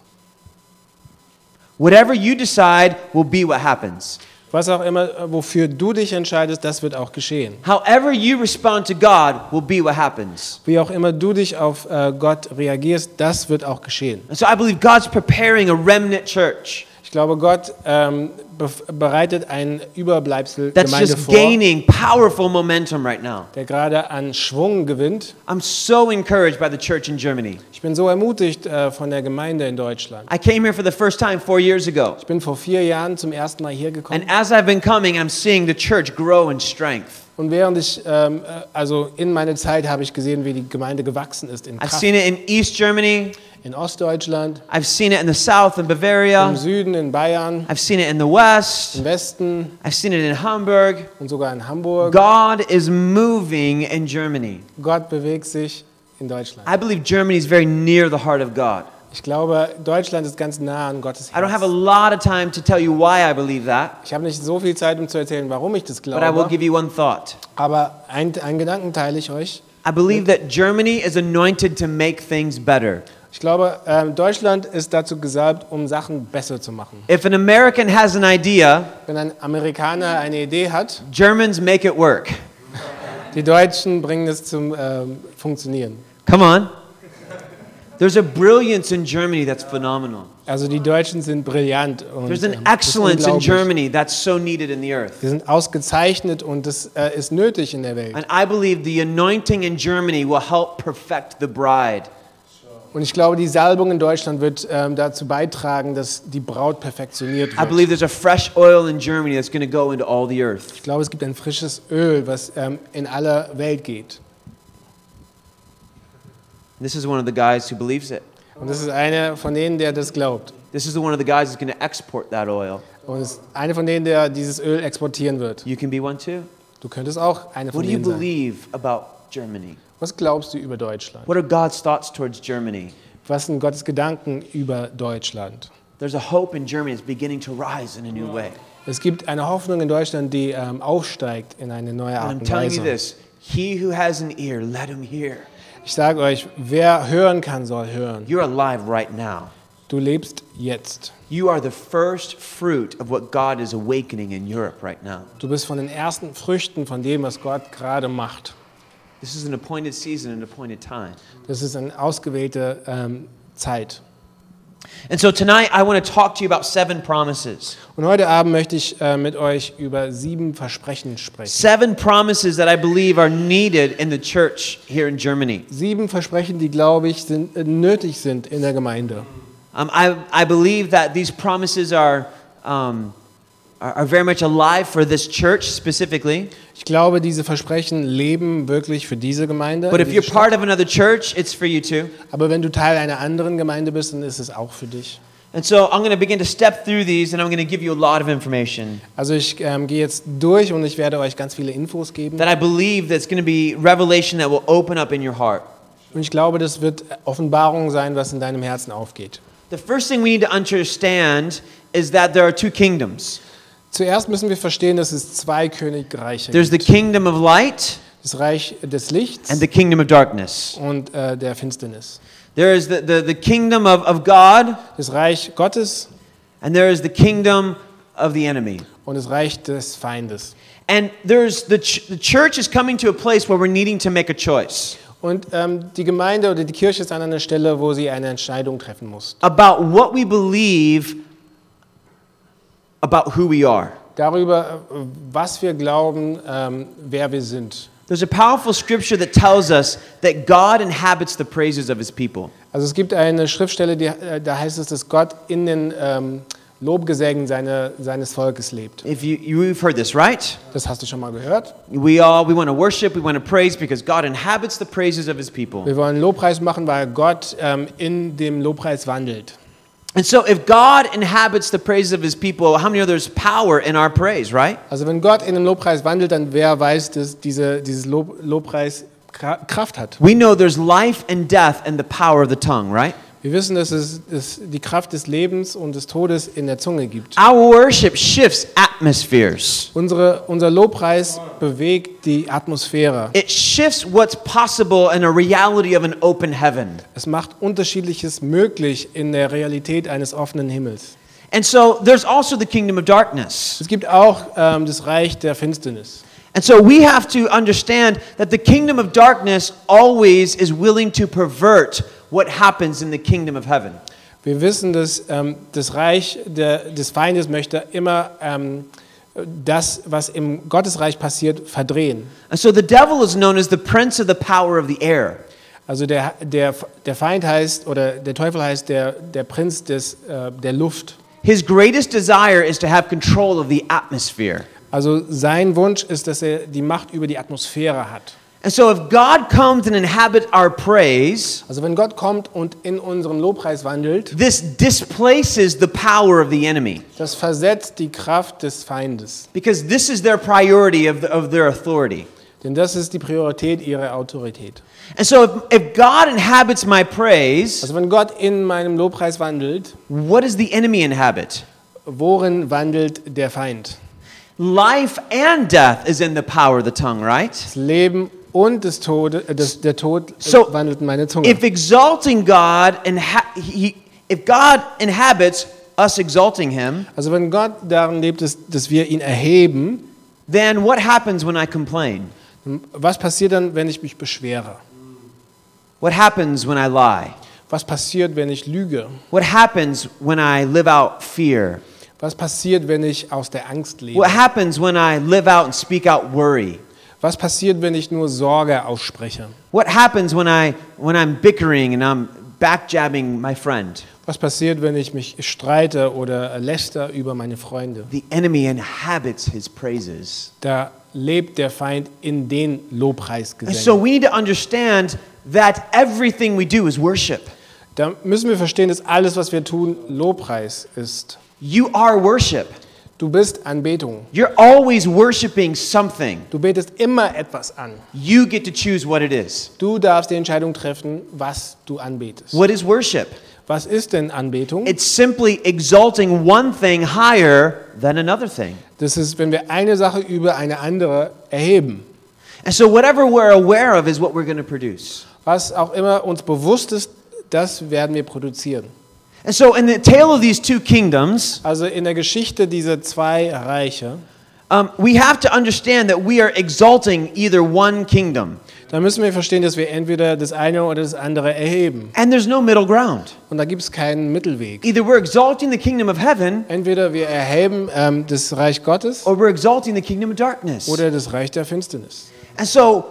whatever you decide will be what happens.
Was auch immer, äh, wofür du dich entscheidest, das wird auch geschehen.
However you respond to God will be what happens.
Wie auch immer du dich auf äh, Gott reagierst, das wird auch geschehen.
And so I believe God's preparing a remnant church
Ich glaube, Gott ähm, bef- bereitet ein Überbleibsel
that's
Gemeinde
just
vor,
gaining powerful momentum right now.
der gerade an Schwung gewinnt.
I'm so encouraged by the church in Germany.
Ich bin so ermutigt äh, von der Gemeinde in Deutschland.
I came here for the first time four years ago.
Ich bin vor vier Jahren zum ersten Mal hier gekommen.
And as I've been coming, I'm seeing the church grow in strength.
Und während ich, ähm, äh, also in meiner Zeit habe ich gesehen, wie die Gemeinde gewachsen ist in
I've
Kraft.
seen it in East Germany,
In Ostdeutschland,
I've seen it in the South in
im
Bavaria,
Süden, in Bayern,
I've seen it in the West,
im Westen
I've seen it in Hamburg.
und sogar in Hamburg.
God is moving in Germany.
Gott bewegt sich in Deutschland.
I believe Germany is very near the heart of God.
Ich glaube, Deutschland ist ganz nah an Gottes
I don't have a
Herz.
lot of time to tell you why I believe that,
Ich habe nicht so viel Zeit, um zu erzählen, warum ich das
but I will
glaube.
give you one thought.
Aber ein- einen Gedanken teile ich euch.
I believe that Germany is anointed to make things better.
Ich glaube, ähm, Deutschland ist dazu gesalbt, um Sachen besser zu machen.
If an American has an idea,
Wenn ein Amerikaner eine Idee hat,
Germans make it work.
die Deutschen bringen es zum ähm, Funktionieren.
Come on. There's a brilliance in Germany that's phenomenal.
Also die Deutschen sind brillant. Und,
There's
ähm,
an
das ist
excellence in
unglaublich.
Germany that's so needed in the earth.
Wir sind ausgezeichnet und das äh, ist nötig in der Welt.
And I believe the anointing in Germany will help perfect the bride.
Und ich glaube, die Salbung in Deutschland wird ähm, dazu beitragen, dass die Braut perfektioniert
I
wird.
believe there's a fresh oil in Germany that's going to go into all the earth.
Ich glaube, es gibt ein frisches Öl, was ähm, in aller Welt geht.
This is one of the guys who believes it.
Und das ist einer von denen, der das glaubt.
This is the one of the guys that's going to export that oil.
Und es ist einer von denen, der dieses Öl exportieren wird.
You can be one too.
Du könntest auch einer von
What do you
denen sein.
believe about Germany?
Was glaubst du über Deutschland?
What are God's thoughts towards Germany?
Was sind Gottes Gedanken über Deutschland?
There's a hope in Germany that's beginning to rise in a new way.
Es gibt eine Hoffnung in Deutschland, die ähm, aufsteigt in eine neue
And
Art
I'm
und
telling you
Weise.
this He who has an ear, let him hear.
Ich sage euch, wer hören kann, soll hören.
You're alive right now.
Du lebst jetzt.
You are the first fruit of what God is awakening in Europe right now.
Du bist von den ersten Früchten von dem, was Gott gerade macht.
This is an appointed season, an appointed time.
Das ist eine ausgewählte ähm, Zeit.
And so tonight I want to talk to you about seven promises.
Und heute Abend möchte ich äh, mit euch über sieben Versprechen sprechen.
Seven promises that I believe are needed in the church here in Germany.
Sieben Versprechen, die, glaube ich, sind, äh, nötig sind in der Gemeinde.
Um, I, I believe that these promises are, um, are, are very much alive for this church specifically.
Ich glaube, diese Versprechen leben wirklich für diese Gemeinde.
But if
diese
you're
Stadt.
part of another church, it's for you too.
Aber wenn du Teil einer anderen Gemeinde bist, dann ist es auch für dich.
And so I'm going to begin to step through these and I'm going to give you a lot of information
Also ich ähm, gehe jetzt durch und ich werde euch ganz viele Infos geben.
that I believe that's going to be revelation that will open up in your heart.
Und ich glaube, das wird Offenbarung sein, was in deinem Herzen aufgeht.
The first thing we need to understand is that there are two kingdoms
Zuerst müssen wir verstehen, dass es zwei Königreiche
there's
gibt.
the kingdom of light
Das Reich des Lichts
and the kingdom of darkness.
und äh, der Finsternis.
There is the, the, the kingdom of, of God
Das Reich Gottes
and there is the kingdom of the enemy.
und das Reich des Feindes.
And there's the, ch- the church is coming to a place where we're needing to make a choice
Und ähm, die Gemeinde oder die Kirche ist an einer Stelle, wo sie eine Entscheidung treffen muss.
about what we believe about who we are.
darüber, äh, was wir glauben, ähm, wer wir sind.
There's a powerful scripture that tells us that God inhabits the praises of his people.
Also es gibt eine Schriftstelle, die, äh, da heißt es, dass Gott in den ähm, Lobgesängen seine, seines Volkes lebt.
If you, you've heard this, right?
Das hast du schon mal gehört.
We all, we want to worship, we want to praise because God inhabits the praises of his people.
Wir wollen Lobpreis machen, weil Gott ähm, in dem Lobpreis wandelt.
And so if God inhabits the praises of his people, how many know there's power in our praise, right?
Also wenn Gott in dem Lobpreis wandelt, dann wer weiß, dass diese, dieses Lob, Lobpreis Kra- Kraft hat.
We know there's life and death and the power of the tongue, right?
Wir wissen, dass es, dass die Kraft des Lebens und des Todes in der Zunge gibt.
Our worship shifts atmospheres.
Unsere, unser Lobpreis bewegt die Atmosphäre.
It shifts what's possible in a reality of an open heaven.
Es macht Unterschiedliches möglich in der Realität eines offenen Himmels.
And so there's also the kingdom of darkness.
Es gibt auch ähm, das Reich der Finsternis.
And so we have to understand that the kingdom of darkness always is willing to pervert what happens in the kingdom of heaven.
Wir wissen, dass ähm, das Reich der, des Feindes möchte immer ähm, das, was im Gottesreich passiert, verdrehen.
And so the devil is known as the prince of the power of the air.
Also der, der, der Feind heißt, oder der Teufel heißt der, der Prinz des, äh, der Luft.
His greatest desire is to have control of the atmosphere.
Also sein Wunsch ist, dass er die Macht über die Atmosphäre hat.
And so if God comes and inhabits our praise,
Also wenn Gott kommt und in unseren Lobpreis wandelt,
this displaces the power of the enemy
das versetzt die Kraft des Feindes.
because this is their priority of, of their authority.
Denn das ist die Priorität ihrer Autorität.
And so if, if God inhabits my praise,
Also wenn Gott in meinem Lobpreis wandelt,
what does the enemy inhabit?
worin wandelt der Feind?
Life and death is in the power of the tongue, right?
Das Leben und des Tode, äh, des, der Tod äh,
So,
wandelt in meine Zunge.
If exalting God and he, if God inhabits us exalting him,
also wenn Gott darin lebt, dass, dass wir ihn erheben,
then what happens when I complain?
was passiert dann, wenn ich mich beschwere?
What happens when I lie?
Was passiert, wenn ich lüge?
What happens when I live out fear?
Was passiert, wenn ich aus der Angst lebe?
What happens when I live out and speak out worry?
Was passiert, wenn ich nur Sorge ausspreche?
What happens when I when I'm bickering and I'm backjabbing my friend?
Was passiert, wenn ich mich streite oder läster über meine Freunde?
The enemy inhabits his praises.
Da lebt der Feind in den
And so
Lobpreisgesängen.
we need to understand that everything we do is worship.
Da müssen wir verstehen, dass alles, was wir tun, Lobpreis ist.
You are worship.
Du bist Anbetung.
You're always worshiping something.
Du betest immer etwas an.
You get to choose what it is.
Du darfst die Entscheidung treffen, was du anbetest.
What is worship?
Was ist denn Anbetung?
It's simply exalting one thing higher than another thing.
Das ist, wenn wir eine Sache über eine andere erheben.
And so whatever we're aware of is what we're going to produce.
Was auch immer uns bewusst ist, das werden wir produzieren.
And so in the tale of these two kingdoms,
Also in der Geschichte dieser zwei Reiche,
um, we have to understand that we are exalting either one kingdom.
da müssen wir verstehen, dass wir entweder das eine oder das andere erheben.
And there's no middle ground.
Und da gibt es keinen Mittelweg.
Either we're exalting the kingdom of heaven
Entweder wir erheben ähm, das Reich Gottes
or we're exalting the kingdom of darkness.
oder das Reich der Finsternis.
And so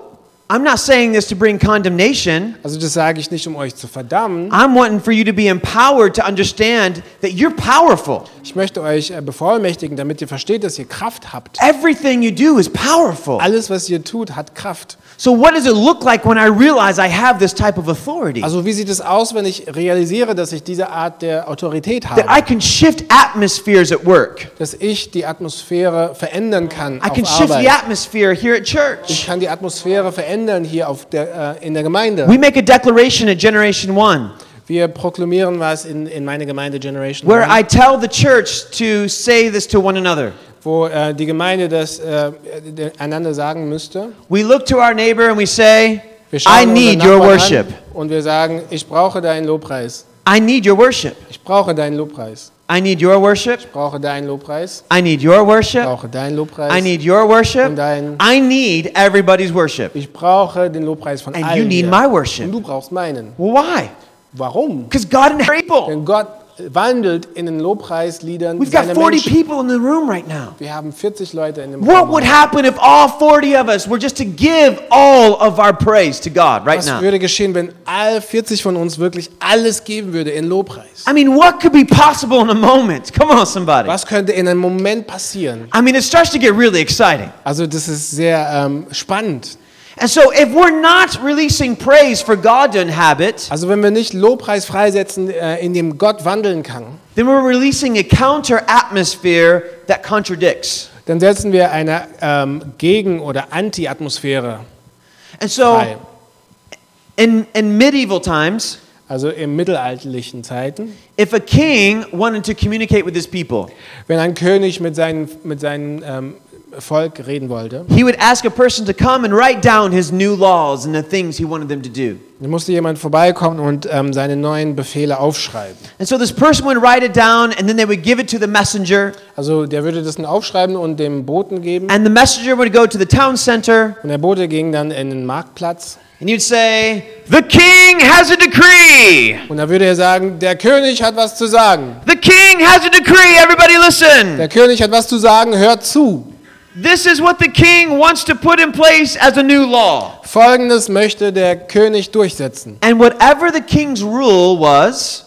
I'm not saying this to bring condemnation.
Also das sage ich nicht, um euch zu verdammen.
I'm wanting for you to be empowered to understand that you're powerful.
Ich möchte euch äh, bevollmächtigen, damit ihr versteht, dass ihr Kraft habt.
Everything you do is powerful.
Alles, was ihr tut, hat Kraft.
So, what does it look like when I realize I have this type of authority?
Also wie sieht es aus, wenn ich realisiere, dass ich diese Art der Autorität
That I
habe?
can shift atmospheres at work.
Dass ich die Atmosphäre verändern kann
I can
auf
shift the
Arbeit.
atmosphere here at
Ich
church.
kann die Atmosphäre verändern hier auf der, äh, in der Gemeinde.
We make a declaration at Generation One
Wir proklamieren was in, in meine Gemeinde Generation,
where
One,
I tell the church to say this to one another.
wo äh, die Gemeinde das äh, äh, einander sagen müsste.
We look to our neighbor and we say,
Wir schauen
I
unseren
need your
Nachbarn
worship.
An und wir sagen, ich brauche deinen Lobpreis.
I need your worship.
Ich brauche deinen Lobpreis.
I need your worship.
Ich brauche deinen Lobpreis.
I need your
Ich
worship.
brauche deinen Lobpreis.
I need your worship.
Und dein-
I need everybody's worship.
ich brauche den Lobpreis von
And
allen.
you need
hier.
my worship.
Und du brauchst meinen.
Why?
Warum?
Because God inhabits people.
Denn Gott wandelt in den Lobpreisliedern
We've
seine
got 40
Menschen.
people in the room right now.
Wir haben 40 Leute in dem
What
Raum.
would happen if all 40 of us were just to give all of our praise to God right
Was
now?
würde geschehen, wenn all 40 von uns wirklich alles geben würde in Lobpreis?
I mean, what could be possible in a moment? Come on, somebody.
Was könnte in einem Moment passieren?
I mean, it starts to get really exciting.
Also das ist sehr ähm, spannend.
And so, if we're not releasing praise for God to inhabit,
Also wenn wir nicht Lobpreis freisetzen, äh, in dem Gott wandeln kann,
then we're releasing a counter atmosphere that contradicts.
dann setzen wir eine ähm, Gegen- oder Anti-Atmosphäre
And so,
frei.
in, in medieval times,
Also in mittelalterlichen Zeiten.
if a king wanted to communicate with his people,
Wenn ein König mit seinem mit seinen, ähm, Volk reden wollte,
he would ask a person to come and write down his new laws and the things he wanted them to do.
dann musste jemand vorbeikommen und ähm, seine neuen Befehle aufschreiben.
And so, this person would write it down, and then they would give it to the messenger,
Also der würde das dann aufschreiben und dem Boten geben.
and the messenger would go to the town center.
Und der Bote ging dann in den Marktplatz
And you'd say, The king has a decree!
und da würde er sagen, der König hat was zu sagen.
The king has a decree! Everybody listen!
Der König hat was zu sagen, hört zu.
This is what the king wants to put in place as a new law.
Folgendes möchte der König durchsetzen.
And whatever the king's rule was,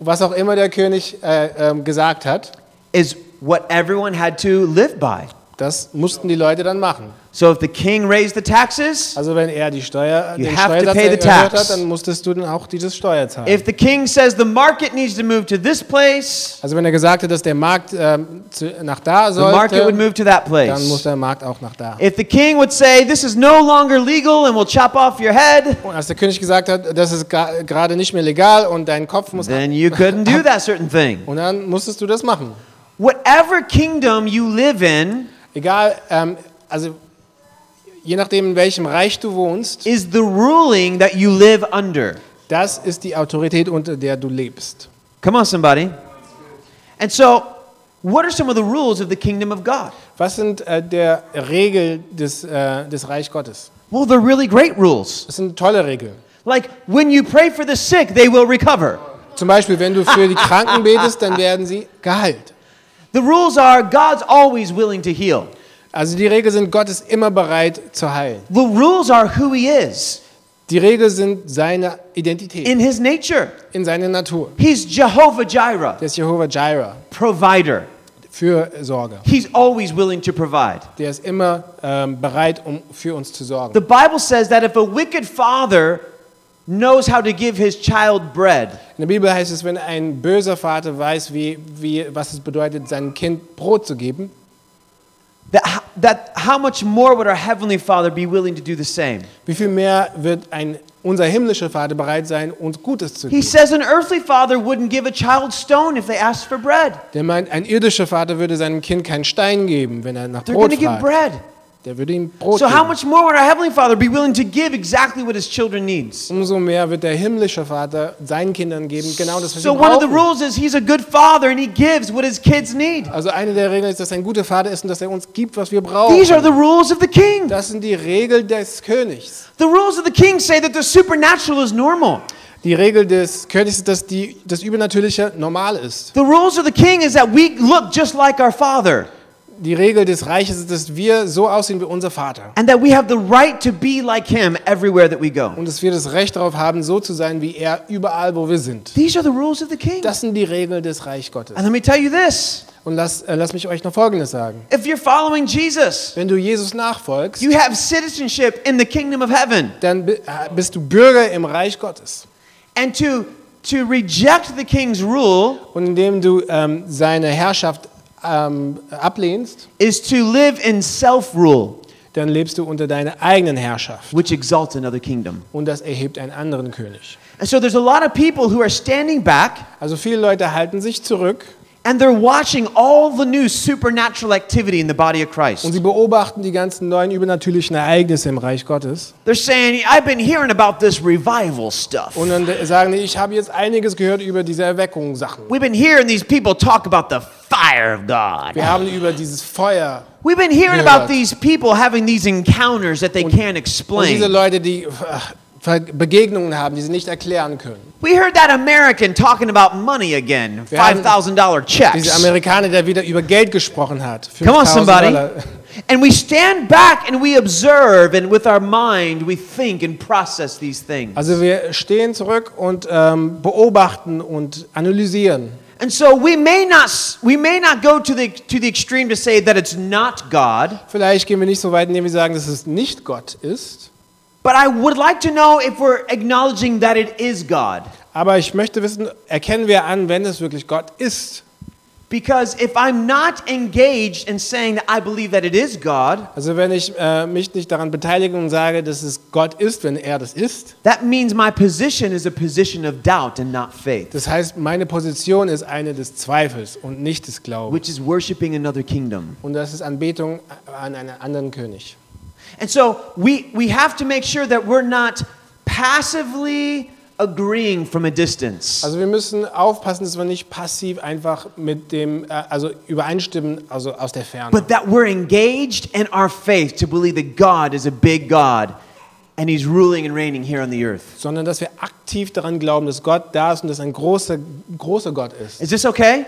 Was auch immer der König äh, ähm, gesagt hat,
is what everyone had to live by.
das mussten die Leute dann machen.
So if the king raised the taxes,
Also wenn er die Steuer,
You
den
have to
Steuersatz
pay the
erhöht
tax.
hat, dann musstest du dann auch dieses Steuer zahlen.
if the king says the market needs to move to this place,
also wenn er gesagt hat, dass der Markt ähm, zu, nach da
the market would
sollte,
move to that
dann muss
place.
der Markt auch nach da.
If the king would say this is no longer legal and we'll chop off your head,
Und als der König gesagt hat, das ist ga- gerade nicht mehr legal und dein Kopf muss ab,
then you couldn't do that certain thing.
und dann musstest du das machen.
Whatever kingdom you live in
Egal, ähm, also je nachdem in welchem Reich du wohnst,
is the ruling that you live under.
das ist die Autorität unter der du lebst.
Come on, somebody. And so, what are some of the rules of the kingdom of God?
Was sind äh, der Regel des, äh, des Reich Gottes?
Well, they're really great rules.
Das sind tolle Regeln.
Like when you pray for the sick, they will recover.
Zum Beispiel, wenn du für die Kranken betest, dann werden sie geheilt.
The rules are God's always willing to heal.
Also die Regeln sind, Gott ist immer bereit zu heilen.
The rules are who he is
Die Regeln sind seine Identität,
in his nature.
in seiner Natur.
He's Jehovah Jireh,
Der ist Jehovah Jireh,
provider.
Fürsorger.
He's always willing to provide.
Der ist immer ähm, bereit, um für uns zu sorgen.
The Bible says that if a wicked father knows how to give his child bread,
In der Bibel heißt es, wenn ein böser Vater weiß, wie, wie, was es bedeutet, seinem Kind Brot zu geben,
that, that how much more would our heavenly father be willing to do the same?
wie viel mehr wird ein, unser himmlischer Vater bereit sein, uns Gutes zu
He
geben.
says an earthly father wouldn't give a child stone if they asked for bread.
Der meint, ein irdischer Vater würde seinem Kind keinen Stein geben, wenn er nach
They're going
Brot
to give
fragt.
bread.
Der würde ihm Brot
So how
geben.
much more would our heavenly father be willing to give exactly what his children needs?
Umso mehr wird der himmlische Vater seinen Kindern geben, genau das, was sie
So one of the
brauchen.
rules is he's a good father and he gives what his kids need.
Also eine der Regeln ist, dass ein guter Vater ist und dass er uns gibt, was wir
These are
brauchen.
the rules of the king.
Das sind die Regeln des Königs.
The rules of the king say that the supernatural is normal.
Die Regel des Königs ist, dass die, das Übernatürliche normal ist.
The rules of the king is that we look just like our father
Die Regel des Reiches ist, dass wir so aussehen wie unser Vater.
and that we have the right to be like him everywhere that we go.
Und dass wir das Recht darauf haben, so zu sein wie er, überall, wo wir sind.
These are the rules of the king.
Das sind die Regeln des Reich Gottes.
And let me tell you this
Und lass, äh, lass mich euch noch Folgendes sagen.
if you're following Jesus,
Wenn du Jesus nachfolgst,
You have citizenship in the kingdom of heaven.
dann bi- äh, bist du Bürger im Reich Gottes.
And to, to reject the king's rule
Und indem du ähm, seine Herrschaft ähm, ablehnst,
is to live in self rule,
dann lebst du unter deiner eigenen Herrschaft.
which exalts another kingdom.
Und das erhebt einen anderen König.
And so there's a lot of people who are standing back
Also viele Leute halten sich zurück
and they're watching all the new supernatural activity in the body of
Und
Christ.
sie beobachten die ganzen neuen übernatürlichen Ereignisse im Reich Gottes.
They're saying, I've been hearing about this revival stuff.
Und dann sagen die, ich habe jetzt einiges gehört über diese Erweckungssachen.
We've been hearing these people talk about the fire of God.
Wir haben über dieses Feuer.
We've been hearing
Yeah.
about these people having these encounters that they can't
Und diese
explain.
Leute, die äh, Ver- Begegnungen haben, die sie nicht erklären können.
We heard that American talking about money again,
Wir haben-
$5,000
Dieser
checks.
Amerikaner, der wieder über Geld gesprochen hat.
Come on,
5000
somebody.
Dollar.
And we stand back and we observe, and with our mind, we think and process these things.
Also wir stehen zurück und ähm, beobachten und analysieren.
And so we may not, s- we may not go to the, to the extreme to say that it's not God,
Vielleicht gehen wir nicht so weit, indem wir sagen, dass es nicht Gott ist.
but I would like to know if we're acknowledging that it is God.
Aber ich möchte wissen, erkennen wir an, wenn es wirklich Gott ist?
Because if I'm not engaged in saying that I believe that it is God,
Also wenn ich äh, mich nicht daran beteilige und sage, dass es Gott ist, wenn er das ist,
that means my position is a position of doubt and not faith,
das heißt, meine Position ist eine des Zweifels und nicht des Glaubens.
which is worshiping another kingdom.
Und das ist Anbetung an einen anderen König.
And so we, we have to make sure that we're not passively agreeing from a distance.
Also wir müssen aufpassen, dass wir nicht passiv einfach mit dem, äh, also übereinstimmen, also aus der Ferne.
but that we're engaged in our faith to believe that God is a big God and He's ruling and reigning here on the earth.
sondern dass wir aktiv daran glauben, dass Gott da ist und dass ein großer, großer Gott ist.
Is this okay?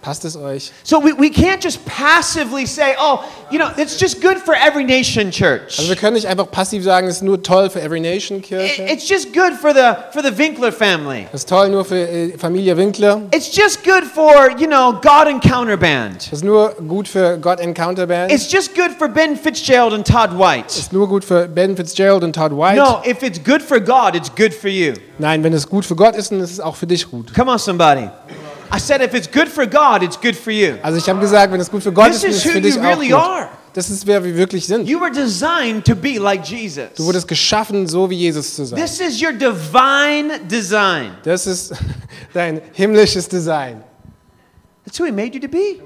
Passt es euch?
So we, we can't just passively say, oh, you know, it's just good for every nation church.
Also wir können nicht einfach passiv sagen, es ist nur toll für Every Nation
It-
Kirche.
it's just good for the for the Winkler family.
das ist toll nur für äh, Familie Winkler.
It's just good for, you know, God Encounter Band.
Das ist nur gut für God Encounter Band.
It's just good for Ben Fitzgerald and Todd White.
ist nur gut für Ben Fitzgerald und Todd White.
No, if it's good for God, it's good for you.
Nein, wenn es gut für Gott ist, dann ist es auch für dich gut.
Come on somebody. I said if it's good for God, it's good for you.
Also ich habe gesagt, wenn es gut für Gott
This
ist, dann
is
ist es
who
für dich
you
auch
really
gut.
are.
Das ist wer wir wirklich sind.
You were designed to be like Jesus.
Du wurdest geschaffen, so wie Jesus zu sein.
This is your divine design.
Das ist dein himmlisches Design.
That's who He made you to be.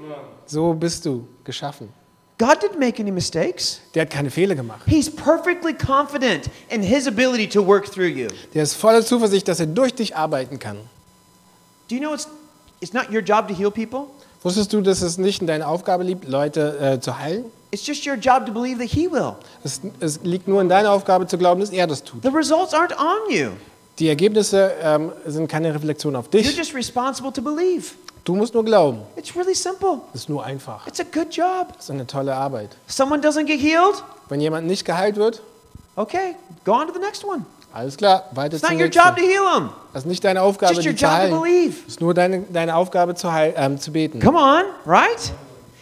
So bist du geschaffen.
God didn't make any mistakes.
Der hat keine Fehler gemacht.
He's perfectly confident in His ability to work through you.
Der ist voller Zuversicht, dass er durch dich arbeiten kann.
Do you know it's, it's not your job to heal people?
Wusstest du, dass es nicht in deiner Aufgabe liegt, Leute äh, zu heilen?
It's just your job to believe that He will.
Es, es liegt nur in deiner Aufgabe zu glauben, dass er das tut.
The results aren't on you.
Die Ergebnisse ähm, sind keine Reflexion auf
You're
dich.
just responsible to believe.
Du musst nur glauben.
It's really simple.
Das ist nur einfach.
It's a good job.
Das ist eine tolle Arbeit.
Someone doesn't get healed?
Wenn jemand nicht geheilt wird,
Okay, go on to the next one.
alles klar, weiter
It's
zum
not your job to
nächsten.
heal them.
Das ist nicht deine
It's
Aufgabe,
just your
die zu
job to
heilen.
believe.
Es ist nur deine, deine Aufgabe, zu, heil, ähm, zu beten.
Come on, right?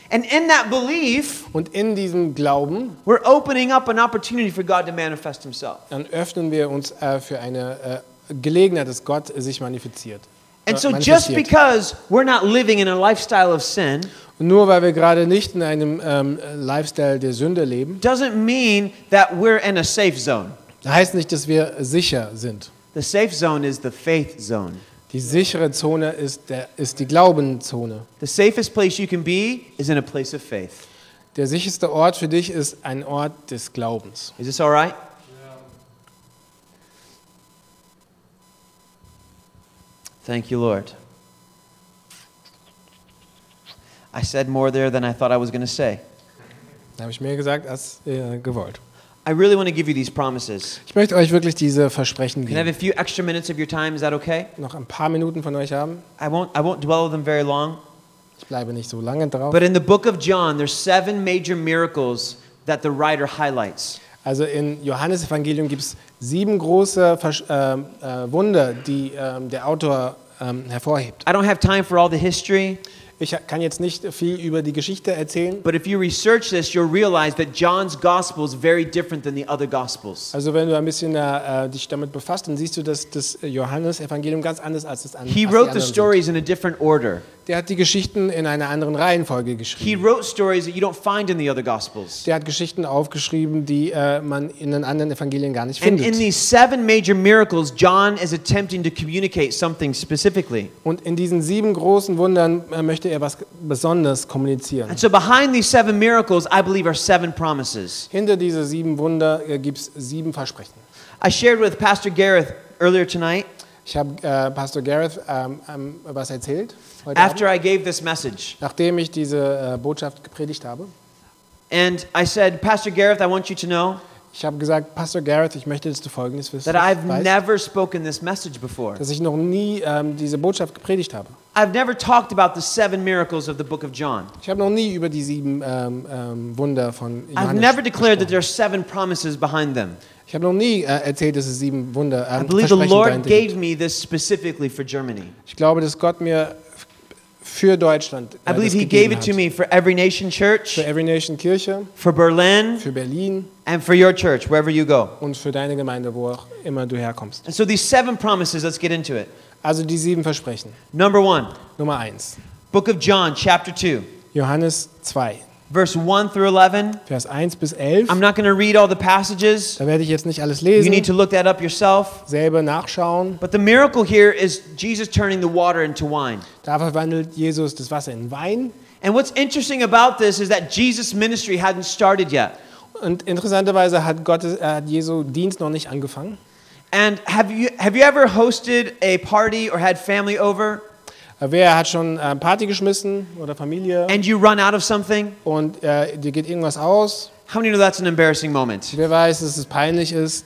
And in that belief,
Und in diesem Glauben,
we're opening up an opportunity for God to manifest Himself.
dann öffnen wir uns äh, für eine äh, Gelegenheit, dass Gott sich manifestiert.
And
Äh,
so, just
manifestiert.
because we're not living in a lifestyle of sin
Und nur weil wir gerade nicht in einem ähm, Lifestyle der Sünde leben,
doesn't mean that we're in a safe zone.
heißt nicht, dass wir sicher sind.
The safe zone is the faith zone.
Die sichere Zone ist, der, ist die Glaubenzone.
The safest place you can be is in a place of faith.
Der sicherste Ort für dich ist ein Ort des Glaubens.
Is this all right? Thank you, Lord. I said more there than I thought I was going to say.
Da habe ich mehr gesagt als äh, gewollt.
I really want to give you these promises.
Ich möchte euch wirklich diese Versprechen
Can I have a
geben.
few extra minutes of your time? Is that okay?
Noch ein paar Minuten von euch haben.
I won't, I won't dwell on them very long.
Ich bleibe nicht so lange drauf.
But in the book of John, there's seven major miracles that the writer highlights.
Also im Johannesevangelium gibt es sieben große Versch ähm, äh, Wunder, die ähm, der Autor ähm, hervorhebt.
I don't have time for all the history,
Ich kann jetzt nicht viel über die Geschichte erzählen.
but if you research this, you'll realize that John's gospel is very different than the other gospels.
Also wenn du ein bisschen äh, äh, dich damit befasst, dann siehst du, dass das Johannesevangelium ganz anders als das andere.
He wrote the stories in a different order.
Der hat die Geschichten in einer anderen Reihenfolge geschrieben.
He wrote stories that you don't find in the other gospels.
Der hat Geschichten aufgeschrieben, die äh, man in den anderen Evangelien gar nicht
And in
findet.
these seven major miracles, John is attempting to communicate something specifically.
Und in diesen sieben großen Wundern äh, möchte er was Besonderes kommunizieren.
And so behind these seven miracles, I believe, are seven promises.
Hinter diese sieben Wunder äh, gibt es sieben Versprechen.
I shared with Pastor Gareth earlier tonight
Ich habe äh, Pastor Gareth ähm, ähm, was erzählt heute
after
Abend,
I gave this message.
nachdem ich diese äh, Botschaft gepredigt habe.
And I said, Pastor Gareth, I want you to know
Ich habe gesagt, Pastor Gareth, ich möchte, dass du Folgendes wissen.
that I've
weißt,
never spoken this message before.
dass ich noch nie ähm, diese Botschaft gepredigt habe.
I've never talked about the seven miracles of the book of John.
Ich habe noch nie über die sieben ähm, ähm, Wunder von
I've
Johannes
never declared
gesprochen.
that there are seven promises behind them.
Ich habe noch nie äh, erzählt, dass es sieben Wunder
I
ähm,
believe the
Versprechen
Lord
dahinter gibt.
gave me this specifically for Germany.
Ich glaube, dass Gott mir f- für Deutschland äh,
I
das
believe He gave
gegeben
it to
hat.
me for Every Nation Church,
Für Every Nation Kirche,
for Berlin,
für Berlin
and for your church, wherever you go.
und für deine Gemeinde, wo auch immer du herkommst.
And so these seven promises, let's get into it.
Also die sieben Versprechen.
Number one,
Nummer eins.
book of John, chapter 2,
Johannes 2,
verse 1 through 11.
Vers 1 bis 11.
I'm not going to read all the passages.
Da werde ich jetzt nicht alles
You need
lesen,
to look that up yourself.
selber nachschauen.
But the miracle here is Jesus turning the water into wine.
Da verwandelt Jesus das Wasser in Wein.
And what's interesting about this is that Jesus' ministry hadn't started yet.
Und interessanterweise hat, Gottes, äh, hat Jesu Dienst noch nicht angefangen.
And have you, have you ever hosted a party or had family over
Äh, Wer hat schon äh, Party geschmissen oder Familie
and you run out of something?
und äh, dir geht irgendwas aus?
How many know that's an embarrassing moment?
Wer weiß, dass es peinlich ist?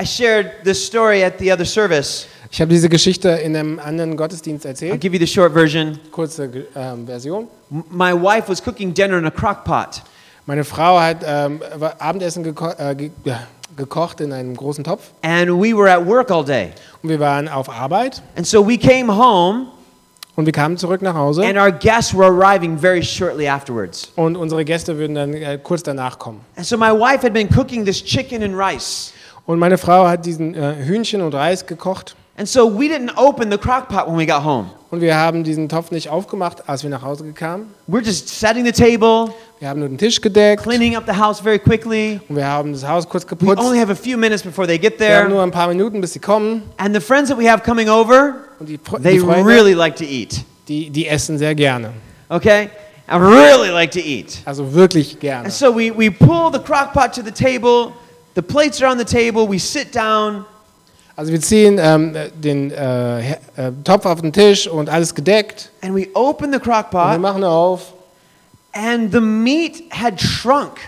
I shared this story at the other service.
Ich habe diese Geschichte in einem anderen Gottesdienst
I'll
erzählt.
give you the short version.
Kurze Ge- ähm, Version.
M- My wife was cooking dinner in a crock pot.
Meine Frau hat ähm, wa- Abendessen geko äh, ge ja, gekocht in einem großen Topf
And we were at work all day.
und wir waren auf Arbeit
And so we came home,
und wir kamen zurück nach
and
Hause
our guests were arriving very shortly afterwards.
und unsere Gäste würden dann äh, kurz danach kommen.
And so my wife had been cooking this chicken and rice.
Und meine Frau hat diesen äh, Hühnchen und Reis gekocht
And so we didn't open the crock pot when we got home.
und wir haben diesen Topf nicht aufgemacht, als wir nach Hause kamen.
We're just setting the table,
Wir haben nur den Tisch gedeckt und
cleaning up the house very quickly.
wir haben das Haus kurz
We only
geputzt.
have a few minutes before they get
Wir haben
there.
nur ein paar Minuten, bis sie kommen.
And the friends that we have coming over,
Und die, Fre-
they
die Freunde,
really like to eat.
die, die essen sehr gerne.
Okay? I really like to eat.
Also wirklich gerne.
And so we, we pull the crock pot to the table. The plates are on the table. We sit down.
Also wir ziehen ähm, äh, den äh, Her- äh, Topf auf den Tisch und alles gedeckt.
And we open the crock
Und wir
pot.
machen auf
And the meat had shrunk.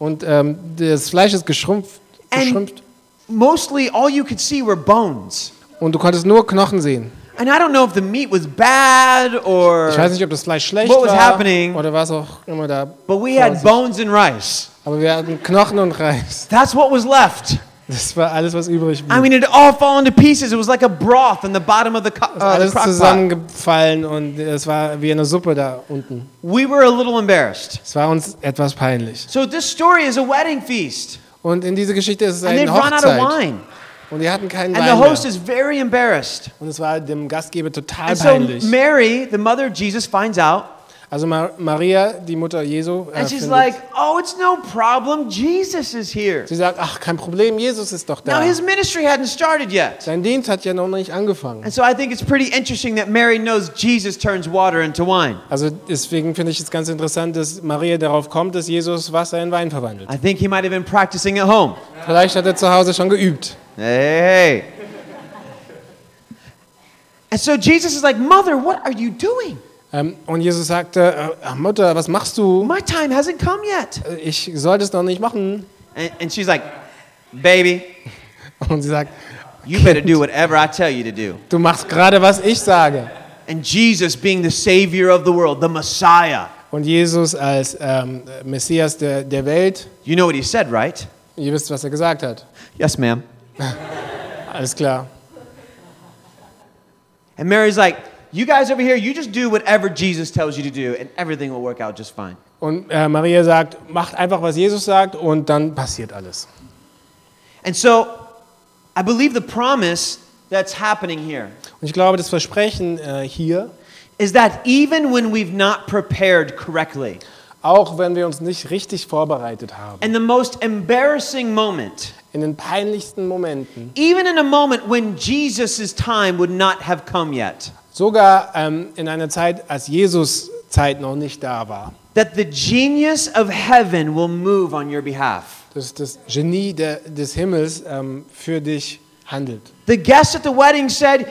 und ähm, das Fleisch ist geschrumpft,
And
geschrumpft
mostly all you could see were bones.
und du konntest nur Knochen sehen.
And I don't know if the meat was bad or.
Ich weiß nicht, ob das Fleisch schlecht
What was
war
happening?
oder was auch immer da.
But we
vor
had
sich-
bones and rice.
Aber wir hatten Knochen und Reis.
That's what was left.
Das war alles, was übrig blieb.
I mean, it had all fallen to pieces. It was like a broth in the bottom of the, co- uh, the
alles
crock pot.
zusammengefallen und es war wie eine Suppe da unten.
We were a little embarrassed.
Es war uns etwas peinlich.
So this story is a wedding feast,
Und in dieser Geschichte ist es
and they've
eine
run out of
Hochzeit.
wine,
Und die hatten keinen
and the
Wein
host
mehr.
is very embarrassed.
Und es war dem Gastgeber total
And so
peinlich.
Mary, the mother of Jesus, finds out,
Also Ma Maria, die Mutter Jesu, äh,
and she's
findet,
like, "Oh, it's no problem. Jesus is here."
sie sagt, ach, kein Problem, Jesus ist doch
Now
da.
his ministry hadn't started yet,
Sein Dienst hat ja noch nicht angefangen.
and so I think it's pretty interesting that Mary knows Jesus turns water into wine.
Also deswegen finde ich es ganz interessant, dass Maria darauf kommt, dass Jesus Wasser in Wein verwandelt.
I think he might have been practicing at home.
Vielleicht hat er zu Hause schon geübt.
Hey. And so Jesus is like, Mother, what are you doing?
Ähm, und Jesus sagte, äh, ach, Mutter, was machst du?
My time hasn't come yet.
Äh, Ich sollte es noch nicht machen.
And, and she's like, Baby,
Und sie sagt,
you better do whatever I tell you to do.
du machst gerade, was ich sage.
And Jesus, being the Savior of the world, the Messiah,
Und Jesus als ähm, Messias der, der Welt,
you know what he said, right?
ihr wisst, was er gesagt hat.
Yes, ma'am.
Alles klar.
And Mary's like, You guys over here, you just do whatever Jesus tells you to do, and everything will work out just fine.
Und äh, Maria sagt, macht einfach, was Jesus sagt und dann passiert alles.
And so I believe the promise that's happening here
Und ich glaube, das Versprechen äh, hier,
is that even when we've not prepared correctly,
auch wenn wir uns nicht richtig vorbereitet haben,
in the most embarrassing moment,
in den peinlichsten Momenten,
even in a moment when Jesus' time would not have come yet,
sogar ähm, in einer Zeit, als Jesus Zeit noch nicht da war,
that the genius of heaven will move on your behalf.
dass das Genie der, des Himmels ähm, für dich handelt.
The guests at the wedding said,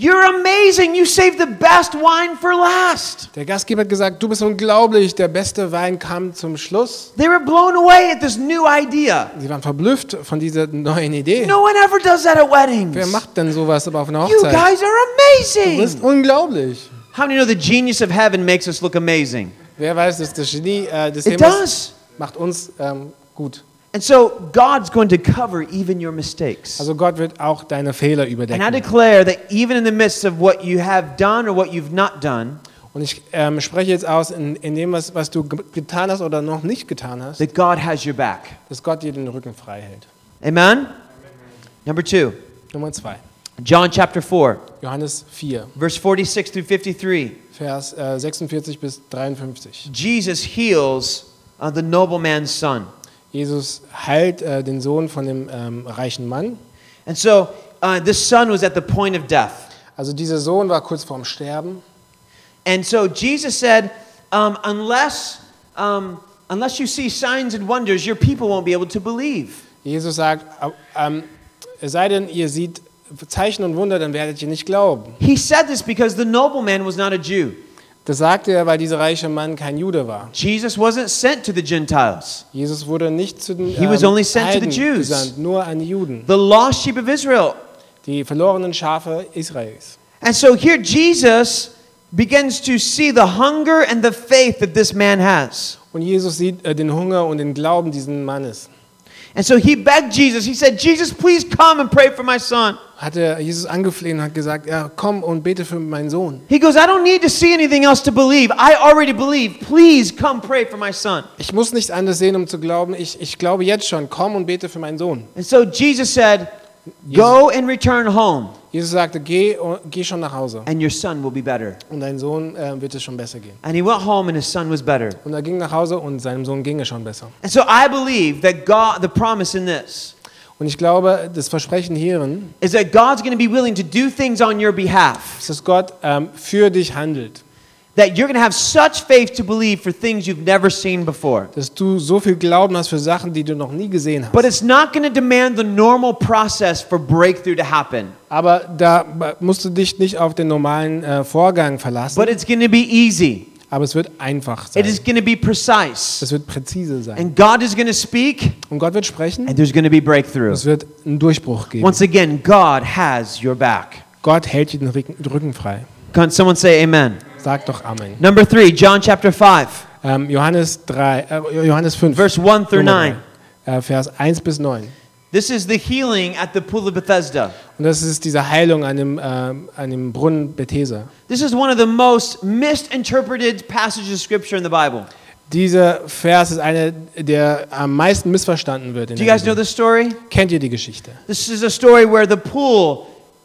You're amazing. You saved the best wine for last.
Der Gastgeber hat gesagt, du bist unglaublich, der beste Wein kam zum Schluss.
They were blown away at this new idea.
Sie waren verblüfft von dieser neuen Idee.
No one ever does that at weddings.
Wer macht denn sowas aber auf einer
You
Hochzeit?
guys are
Du bist
amazing.
unglaublich.
How many know the genius of heaven makes us look amazing?
Wer weiß, dass das Genie äh, des
It
Himmels
does.
macht uns ähm, gut.
And so God's going to cover even your mistakes.
Also Gott wird auch deine Fehler
And I
überdecken.
declare that even in the midst of what you have done or what you've not done,
Und ich ähm, spreche jetzt aus in, in dem, was, was du ge- getan hast oder noch nicht getan hast,
that God has your back.
dass Gott dir den Rücken frei hält.
Amen? Number two,
Nummer zwei.
John chapter 4,
Johannes 4,
verse 46 through 53.
Vers äh, 46 bis 53.
Jesus heals uh, the nobleman's son.
Jesus heilt äh, den Sohn von dem ähm, reichen Mann.
And so uh, this son was at the point of death.
Also dieser Sohn war kurz vorm Sterben.
And so Jesus said, um, unless, um, unless you see signs and wonders, your people won't be able to believe.
Jesus sagt, "Au- ähm, es sei denn, ihr seht Zeichen und Wunder, dann werdet ihr nicht glauben.
He said this because the nobleman was not a Jew.
Das sagte er, weil dieser reiche Mann kein Jude war.
Jesus wasn't sent to the Gentiles,
Jesus wurde nicht zu den ähm,
He was only sent to the
Heiden
Jews.
gesandt, nur an die Juden,
the lost sheep of Israel.
die verlorenen Schafe Israels.
And so here Jesus begins to see the hunger and the faith that this man has.
Und Jesus sieht äh, den Hunger und den Glauben diesen Mannes.
And so he begged Jesus. He said, Jesus, please come and pray for my son.
Hat er Jesus angefleht und hat gesagt, ja, komm und bete für meinen Sohn.
He goes, I don't need to see anything else to believe. I already believe. Please come pray for my son.
Ich muss nichts anderes sehen, um zu glauben. Ich, ich glaube jetzt schon, komm und bete für meinen Sohn.
And so Jesus said, Go and return home,
Jesus sagte, geh, und- geh schon nach Hause
and your son will be better.
und dein Sohn äh, wird es schon besser gehen.
And he went home, and his son was better.
Und er ging nach Hause und seinem Sohn ging es schon besser.
And so I believe that God, the promise in this,
Und ich glaube, das Versprechen hierin
is that God's going to be willing to do things on your behalf,
ist, dass Gott ähm, für dich handelt.
that you're going to have such faith to believe for things you've never seen before.
Dass du so viel Glauben hast für Sachen, die du noch nie gesehen hast.
But it's not going to demand the normal process for breakthrough to happen.
Aber da musst du dich nicht auf den normalen äh, Vorgang verlassen.
But it's going to be easy.
Aber es wird einfach
It
sein.
is going to be precise.
Es wird präzise sein.
And God is going to speak,
Und Gott wird sprechen.
and there's going to be breakthrough.
Es wird einen Durchbruch geben.
Once again, God has your back.
Gott hält dir den Rücken Rücken frei.
Can someone say amen?
Sag doch Amen.
Number three, John chapter 5,
Ähm, Johannes, 3, äh, Johannes 5.
verse 1 through 9.
Äh, Vers 1 bis 9.
This is the healing at the Pool of Bethesda.
Und das ist diese Heilung an dem, ähm, an dem Brunnen Bethesda.
This is one of the most misinterpreted passages of scripture in the Bible.
Dieser Vers ist einer, der am meisten missverstanden wird. In
Do you
der
guys know
Bibel.
this story?
Kennt ihr die Geschichte?
This is a story where the pool,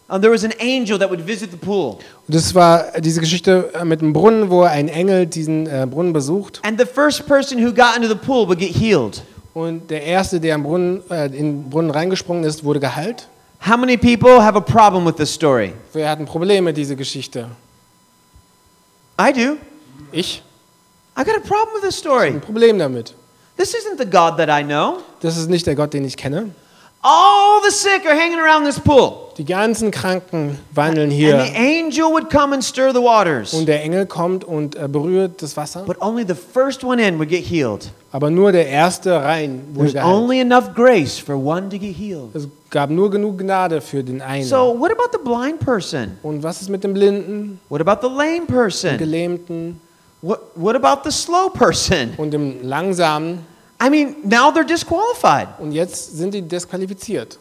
uh, there was an angel that would visit the pool.
Und das war diese Geschichte äh, mit dem Brunnen, wo ein Engel diesen äh, Brunnen besucht.
And the first person who got into the pool would get healed.
Und der Erste, der am Brunnen, äh, in den Brunnen reingesprungen ist, wurde geheilt.
How many people have a problem with this story?
Wer hat ein Problem mit dieser Geschichte?
I do.
Ich.
I got a problem with this story.
Ein Problem damit.
This isn't the God that I know.
Das ist nicht der Gott, den ich kenne.
All the sick are hanging around this pool.
Die ganzen Kranken wandeln
And the
hier.
angel would come and stir the waters.
Und der Engel kommt und äh, berührt das Wasser.
But only the first one in would get healed.
Aber nur der Erste rein wurde
There's
geheilt.
only enough grace for one to get healed.
Es gab nur genug Gnade für den einen.
So, what about the blind person?
Und was ist mit dem Blinden,
What about the lame
dem
person?
Gelähmten
What, what about the slow person?
und dem Langsamen?
I mean, now they're disqualified.
Und jetzt sind die disqualifiziert.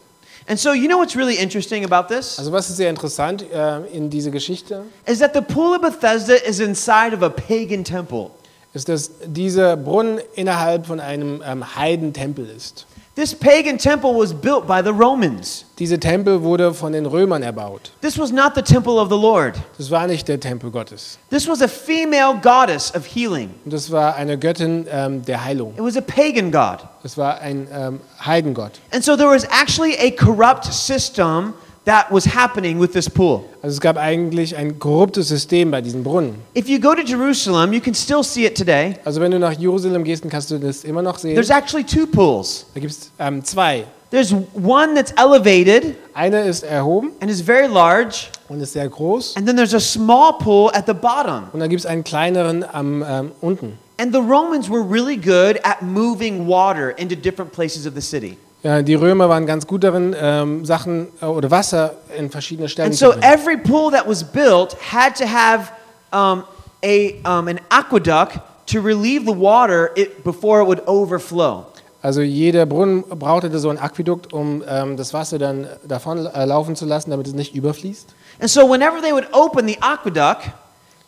And so, you know what's really interesting about this?
Also was ist sehr interessant äh, in dieser Geschichte,
Is that the Pool of Bethesda is inside of a pagan temple.
ist, dass dieser Brunnen innerhalb von einem ähm, Heidentempel ist.
This pagan temple was built by the Romans.
Dieser Tempel wurde von den Römern erbaut.
This was not the temple of the Lord.
Das war nicht der Tempel Gottes.
This was a female goddess of healing.
Und das war eine Göttin ähm, der Heilung.
It was a pagan god.
Das war ein ähm, Heidengott.
And so there was actually a corrupt system that was happening with this pool.
Also es gab eigentlich ein korruptes System bei diesem Brunnen.
If you go to Jerusalem, you can still see it today.
Also wenn du nach Jerusalem gehst, dann kannst du das immer noch sehen.
There's actually two pools.
Da gibt es ähm, zwei.
There's one that's elevated
Eine ist erhoben
and is very large,
und und ist sehr groß.
And then there's a small pool at the bottom.
Und dann gibt es einen kleineren am ähm, unten.
And the Romans were really good at moving water into different places of the city.
Ja, die Römer waren ganz gut darin, ähm, Sachen äh, oder Wasser in verschiedene Stellen
And so
zu bringen.
every pool that was built had to have um, a, um, an aqueduct to relieve the water it, before it would overflow.
Also jeder Brunnen brauchte so ein Aquädukt, um ähm, das Wasser dann davon äh, laufen zu lassen, damit es nicht überfließt.
And so whenever they would open the aqueduct,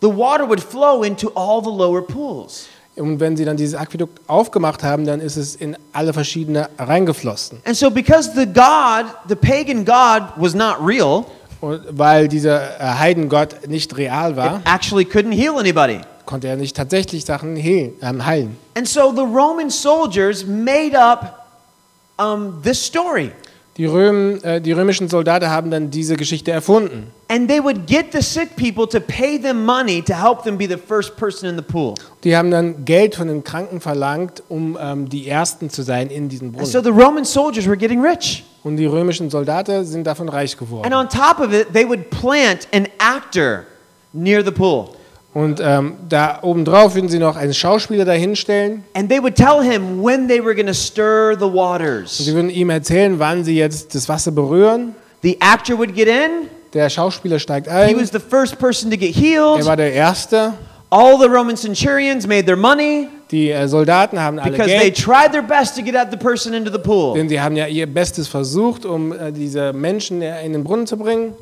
the water would flow into all the lower pools.
Und wenn sie dann dieses Aquädukt aufgemacht haben, dann ist es in alle verschiedene reingeflossen.
And so because the god, the pagan god was not real,
Und weil dieser äh, Heidengott nicht real war,
actually couldn't heal anybody.
konnte er nicht tatsächlich Sachen heilen. Ähm, heilen.
And so the Roman soldiers made up um, this story.
Die, Röm, äh, die römischen Soldaten haben dann diese Geschichte erfunden.
And they would get the sick people to pay them money to help them be the first person in the pool.
Die haben dann Geld von den Kranken verlangt, um ähm, die Ersten zu sein in diesem
And so
Brunnen.
the Roman soldiers were getting rich.
Und die römischen Soldaten sind davon reich
And
geworden.
on top of it, they would plant an actor near the pool.
Und ähm, da obendrauf würden sie noch einen Schauspieler dahinstellen.
And they would tell him when they were going to stir the
Sie
waters.
würden ihm erzählen, wann sie jetzt das Wasser berühren.
The actor would get in.
Der Schauspieler steigt
He
ein.
was the first person to get
Er war
healed.
der Erste.
All the Roman centurions made their money
Die äh, Soldaten haben alle
because they
Geld.
tried their best to get out the person into the pool.
Denn sie haben ja ihr Bestes versucht, um äh, diese Menschen äh, in den Brunnen zu bringen.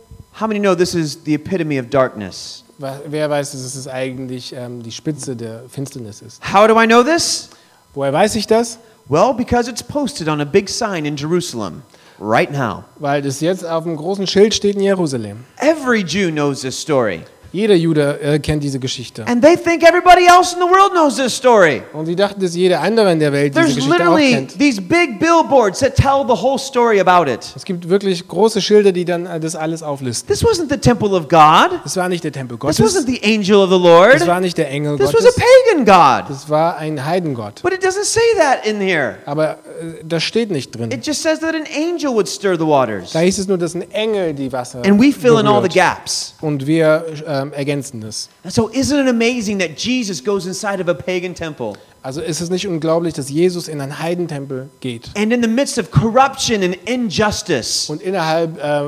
How many know this is the epitome of darkness?
Wa- Wer weiß, dass es eigentlich ähm, die Spitze der Finsternis ist.
How do I know this?
Woher weiß ich das?
Well, because it's posted on a big sign in Jerusalem right now.
Weil das jetzt auf dem großen Schild steht in Jerusalem.
Every Jew knows this story.
Jeder Jude äh, kennt diese Geschichte.
And they think everybody else in the world knows this story.
Und sie dachten, dass jeder andere in der Welt diese
There's
Geschichte auch
literally
kennt.
these big billboards that tell the whole story about it.
Es gibt wirklich große Schilder, die dann äh, das alles auflisten.
This wasn't the temple of God.
Das war nicht der Tempel
This
Gottes.
wasn't the angel of the Lord.
Das war nicht der Engel
This was a
Gottes.
pagan god.
Das war ein Heidengott.
But it doesn't say that in here.
Aber äh, das steht nicht drin.
It just says that an angel would stir the waters.
Da hieß es nur, dass ein Engel die Wasser
And we fill in all the
berührt.
gaps.
Und wir ähm, ergänzen das.
And so isn't it amazing that Jesus goes inside of a pagan temple?
Also ist es nicht unglaublich, dass Jesus in einen Heidentempel geht
And in the midst of corruption and injustice,
und innerhalb äh, äh,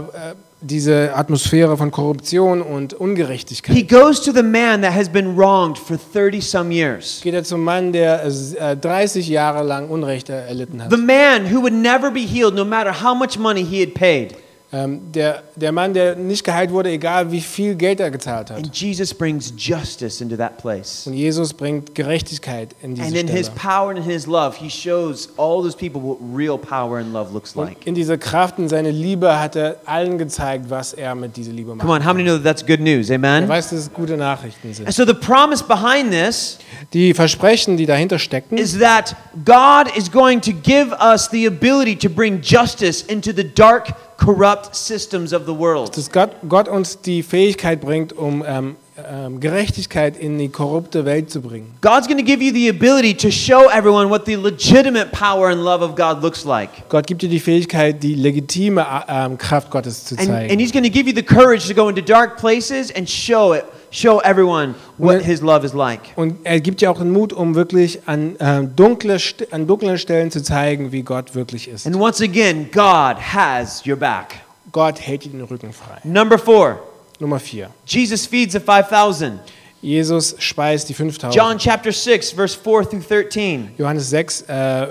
diese Atmosphäre von Korruption und Ungerechtigkeit
he goes to the man that has been wronged for 30 some years.
geht er zum Mann, der äh, 30 Jahre lang Unrecht erlitten hat.
The man who would never be healed no matter how much money he had paid.
Ähm, der, der Mann, der nicht geheilt wurde, egal wie viel Geld er gezahlt hat.
And Jesus brings justice into that place.
Und Jesus bringt Gerechtigkeit in diese
And in his
Stelle.
power and in his love, he shows all those people what real power and love looks like.
In dieser Kraft und seine Liebe hat er allen gezeigt, was er mit dieser Liebe
Come
macht.
on, how many know that that's good news?
Er
Amen?
weiß, dass es gute Nachrichten sind.
And so the promise behind this
Die Versprechen, die dahinter stecken,
is that God is going to give us the ability to bring justice into the dark, corrupt systems of the world.
dass Gott, Gott uns die Fähigkeit bringt, um ähm, ähm, Gerechtigkeit in die korrupte Welt zu bringen.
God's going to give you the ability to show everyone what the legitimate power and love of God looks like.
Gott gibt dir die Fähigkeit, die legitime ähm, Kraft Gottes zu
And,
zeigen.
and he's going to give you the courage to go into dark places and show it, show everyone what
Well-
his love is like.
Und er gibt dir auch den Mut, um wirklich an, ähm, dunkle, St- an dunklen Stellen zu zeigen, wie Gott wirklich ist.
And once again, God has your back.
Gott hält dir den Rücken frei.
Number four,
Nummer 4.
Jesus feeds the 5,000.
Jesus speist die 5000.
John chapter 6, verse 4 through 13.
Johannes 6, äh, äh,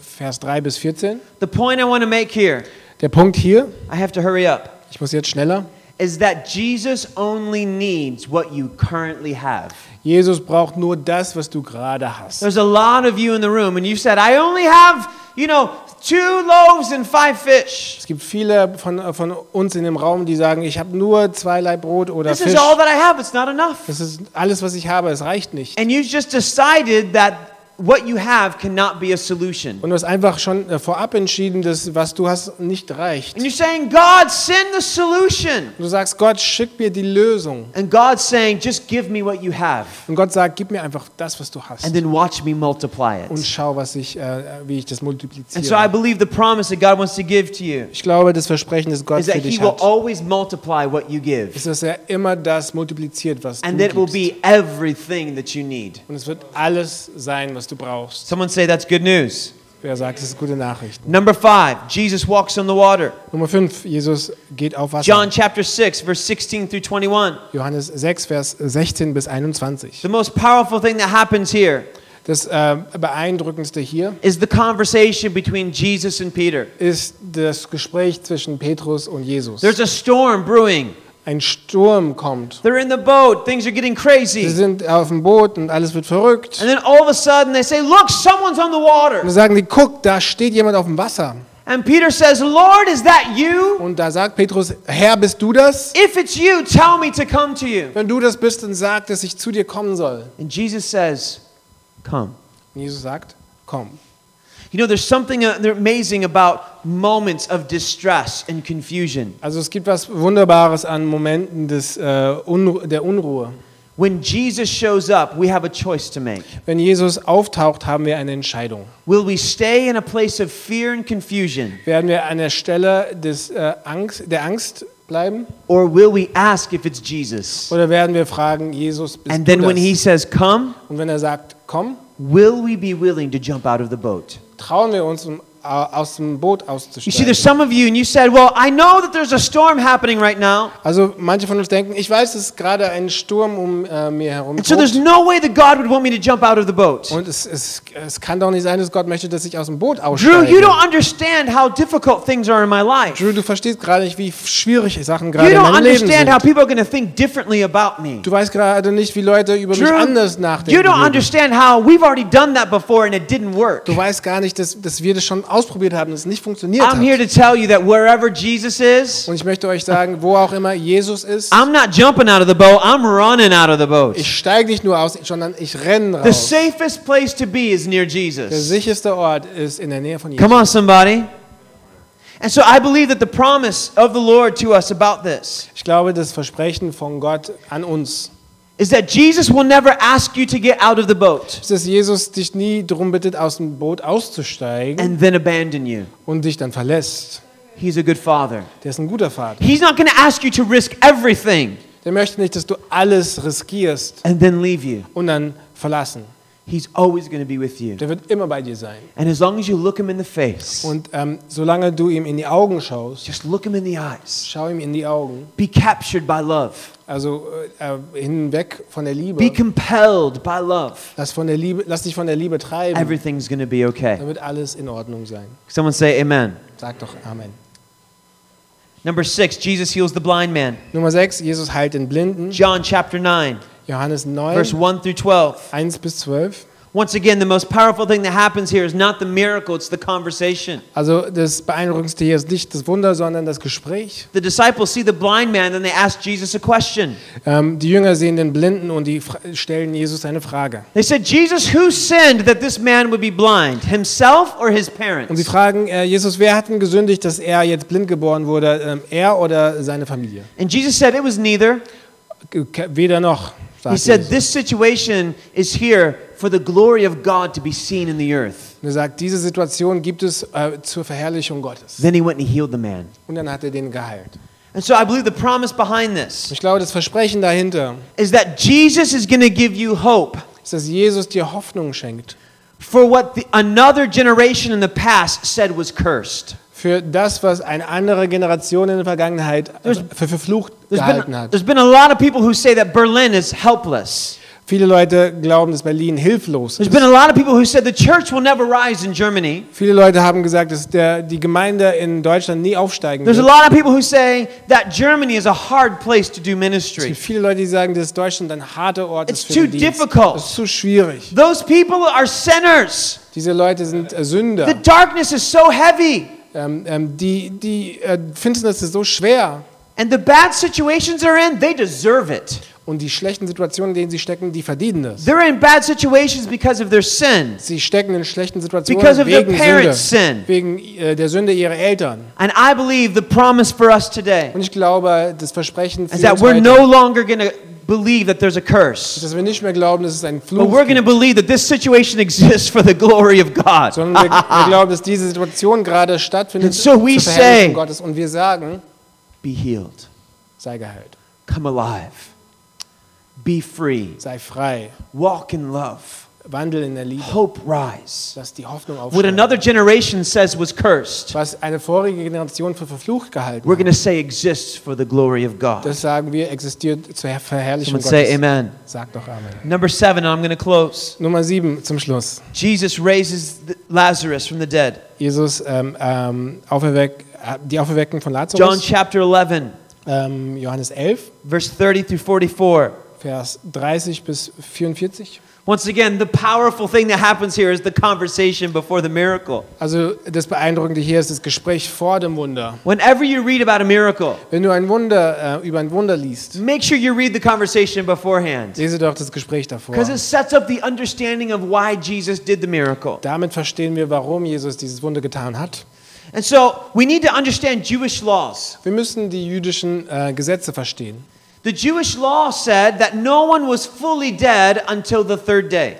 Vers 3 bis 14.
The point I want to make here,
Der Punkt hier,
I have to hurry up,
ich muss jetzt schneller.
is that Jesus only needs what you currently have.
Jesus braucht nur das, was du gerade hast.
There's a lot of you in the room, and you said, I only have, you know, two loaves and five fish.
Es gibt viele von, von uns in dem Raum, die sagen, ich habe nur zwei Laib Brot oder
This
Fisch.
is all that I have. It's not enough.
Das ist alles, was ich habe, es reicht nicht.
And you just decided that what you have cannot be a solution.
Und du hast einfach schon äh, vorab entschieden, dass was du hast nicht reicht.
And you're saying, God, send the solution.
Du sagst, Gott, schick mir die Lösung.
And God's saying, just give me what you have.
Und Gott sagt, gib mir einfach das, was du hast.
And then watch me multiply
Und
it.
schau, was ich, äh, wie ich das
And so I
multipliziere.
believe the promise that God wants to give to you
Ich glaube, das Versprechen, das Gott
is
für
that He
dich
will
hat,
always multiply what you give.
ist, dass er immer das multipliziert, was du
And that it will
gibst.
be everything that you need.
Und es wird alles sein, was du brauchst.
Someone say that's good news.
Wer sagt, das ist gute Nachricht.
Number five, Jesus walks on the water.
Nummer 5. Jesus geht auf Wasser.
John chapter 6, verse 16 through 21.
Johannes 6, Vers 16 bis 21.
The most powerful thing that happens here
Das äh, Beeindruckendste hier
is the conversation between Jesus and Peter.
ist das Gespräch zwischen Petrus und Jesus.
There's a storm brewing.
Ein Sturm kommt.
They're in the boat, things are getting
Sie
crazy.
sind auf dem Boot und alles wird verrückt.
And then all of a sudden they say, Look, someone's on the water.
Und sagen die, guck, da steht jemand auf dem Wasser.
And Peter says, Lord, is that you?
Und da sagt Petrus, Herr, bist du das?
If it's you, tell me to come to you.
Wenn du das bist, dann sag, dass ich zu dir kommen soll.
And Jesus says, Come.
Und Jesus sagt, komm.
You know, there's something uh, amazing about moments of distress and confusion.
Also es gibt was Wunderbares an Momenten des, äh, Unru der Unruhe.
When Jesus shows up, we have a choice to make.
Wenn Jesus auftaucht, haben wir eine Entscheidung.
Will we stay in a place of fear and confusion,
Werden wir an der Stelle des, äh, Angst, der Angst bleiben?
or will we ask if it's Jesus?
Oder werden wir fragen, Jesus, bist
And
du
then when he
das?
says, Come,
Und wenn er sagt, komm,
will we be willing to jump out of the boat?
trauen wir uns, um au- aus dem Boot
You see, there's
auszusteigen.
some of you, and you said, Well, I know that there's a storm happening right now,
Also manche von uns denken, ich weiß, es ist gerade ein Sturm um äh, mir herum.
and so there's
tobt.
no way that God would want me to jump out of the boat.
Und es, es, es kann doch nicht sein, dass Gott möchte, dass ich aus dem Boot
Drew,
aussteige.
you don't understand how difficult things are in my life.
Drew, du verstehst gerade nicht, wie schwierig Sachen gerade
You
in
don't
meinem Leben
understand how
sind.
people are going to think differently about me.
Du weißt gerade nicht, wie Leute über mich anders nachdenken.
you don't
würden.
understand how we've already done that before and it didn't work.
Du weißt gar nicht, dass, dass wir das schon ausprobiert haben, dass es nicht funktioniert
I'm here
hat.
to tell you that wherever Jesus is,
Und ich möchte euch sagen, wo auch immer Jesus ist,
I'm not jumping out of the boat, I'm running out of the boat.
ich steige nicht nur aus, sondern ich renne
The
raus.
safest place to be is near
Der
Jesus.
sicherste Ort ist in der Nähe von Jesus.
Come on, somebody. And so I believe that the promise of the Lord to us about this
Ich glaube, das Versprechen von Gott an uns
is that Jesus will never ask you to get out of the boat
ist, dass Jesus dich nie darum bittet, aus dem Boot auszusteigen
and then abandon you.
und dich dann verlässt.
He's a good father.
Der ist ein guter Vater.
He's not going to ask you to risk everything
Der möchte nicht, dass du alles riskierst
and then leave you.
und dann verlassen.
He's always going to be with you.
Der wird immer bei dir sein.
And as long as you look him in the face,
Und ähm, solange du ihm in die Augen schaust,
just look him in the eyes,
schau ihm in die Augen,
be captured by love,
also äh, äh, hinweg von der
be
Liebe,
compelled by love.
lass, von der Liebe, lass dich von der Liebe treiben,
Everything's going to be okay.
dann wird alles in Ordnung sein.
Someone say amen.
Sag doch Amen.
Number six, Jesus heals the blind man.
Nummer 6, Jesus heilt den Blinden,
John chapter 9,
Johannes
verse
9,
1 through 12.
1 bis 12.
Once again, the most powerful thing that happens here is not the miracle, it's the conversation.
Also das Beeindruckendste hier ist nicht das Wunder, sondern das Gespräch.
The disciples see the blind man, then they ask Jesus a question.
Ähm, die Jünger sehen den Blinden und die fra- stellen Jesus eine Frage.
They said, Jesus, who sinned that this man would be blind, himself or his
Und sie
parents?
fragen, äh, Jesus, wer hat denn gesündigt, dass er jetzt blind geboren wurde, ähm, er oder seine Familie?
And Jesus said, It was neither.
Ke- ke- Weder noch,
He
sagt
said,
Jesus.
This situation is here for the glory of God to be seen in the earth.
Und er sagt, diese Situation gibt es äh, zur Verherrlichung Gottes.
Then he went and healed the man.
Und dann hat er den geheilt.
And so I believe the promise behind this
Ich glaube, das Versprechen dahinter
is that Jesus is going to give you hope
ist, dass Jesus dir Hoffnung schenkt
for what the, another generation in the past said was cursed.
für das, was eine andere Generation in der Vergangenheit äh, für verflucht
There's
gehalten
been,
hat.
there's been a lot of people who say that Berlin is helpless.
Viele Leute glauben, dass Berlin hilflos
There's
ist.
been a lot of people who said the church will never rise in Germany.
Viele Leute haben gesagt, dass der, die Gemeinde in Deutschland nie aufsteigen
There's a
wird.
lot of people who say that Germany is a hard place to do
Es
ministry.
gibt viele Leute, die sagen, dass Deutschland ein harter Ort
It's
ist für
too
den Dienst.
difficult.
Es ist zu schwierig.
Those people are sinners.
Diese Leute sind äh,
The
Sünder.
darkness is so heavy.
Ähm, ähm, die die äh, Finsternis ist so schwer.
And the bad situations they're in, they deserve it.
Und die schlechten Situationen, in denen sie stecken, die verdienen das.
They're in bad situations because of their sin.
Sie stecken in schlechten Situationen
Because of their
wegen Sünde,
parents' sin.
wegen äh, der Sünde ihrer Eltern.
And I believe the promise for us today
Und ich glaube, das Versprechen für
is that
uns
we're
heute
no longer going to believe that there's a curse,
ist, dass wir nicht mehr glauben, dass es ein
but
Fluch
we're going to believe that this situation exists for the glory of God.
sondern wir, wir glauben, dass diese Situation gerade stattfindet
And so we
zur Verherrlichung
say-
Gottes. Und wir sagen,
Be healed.
sei geheilt,
Come alive. Be free.
sei frei,
Walk in love.
wandel in der Liebe,
Hope rise.
dass die Hoffnung
What
aufsteigt.
another generation says was cursed,
Was eine vorige Generation für verflucht gehalten
we're
hat,
going to say exists for the glory of God.
das sagen wir, existiert zur Her- Verherrlichung
Someone
Gottes.
say amen.
Sag doch Amen.
Number seven, and I'm going to close.
Nummer sieben zum Schluss.
Jesus raises th- Lazarus from the dead.
Jesus, ähm, ähm, auferweck, äh, die Auferweckung von
John
Lazarus,
chapter 11,
ähm, Johannes 11,
verse 30 through 44.
Vers 30 bis 44.
Once again, the powerful thing that happens here is the conversation before the miracle.
Also das Beeindruckende hier ist das Gespräch vor dem Wunder.
Whenever you read about a miracle,
Wenn du ein Wunder äh, über ein Wunder liest,
make sure you read the conversation beforehand
lese doch das Gespräch davor.
because it sets up the understanding of why Jesus did the miracle.
Damit verstehen wir, warum Jesus dieses Wunder getan hat.
And so we need to understand Jewish laws.
Wir müssen die jüdischen äh, Gesetze verstehen.
The Jewish law said that no one was fully dead until the third day.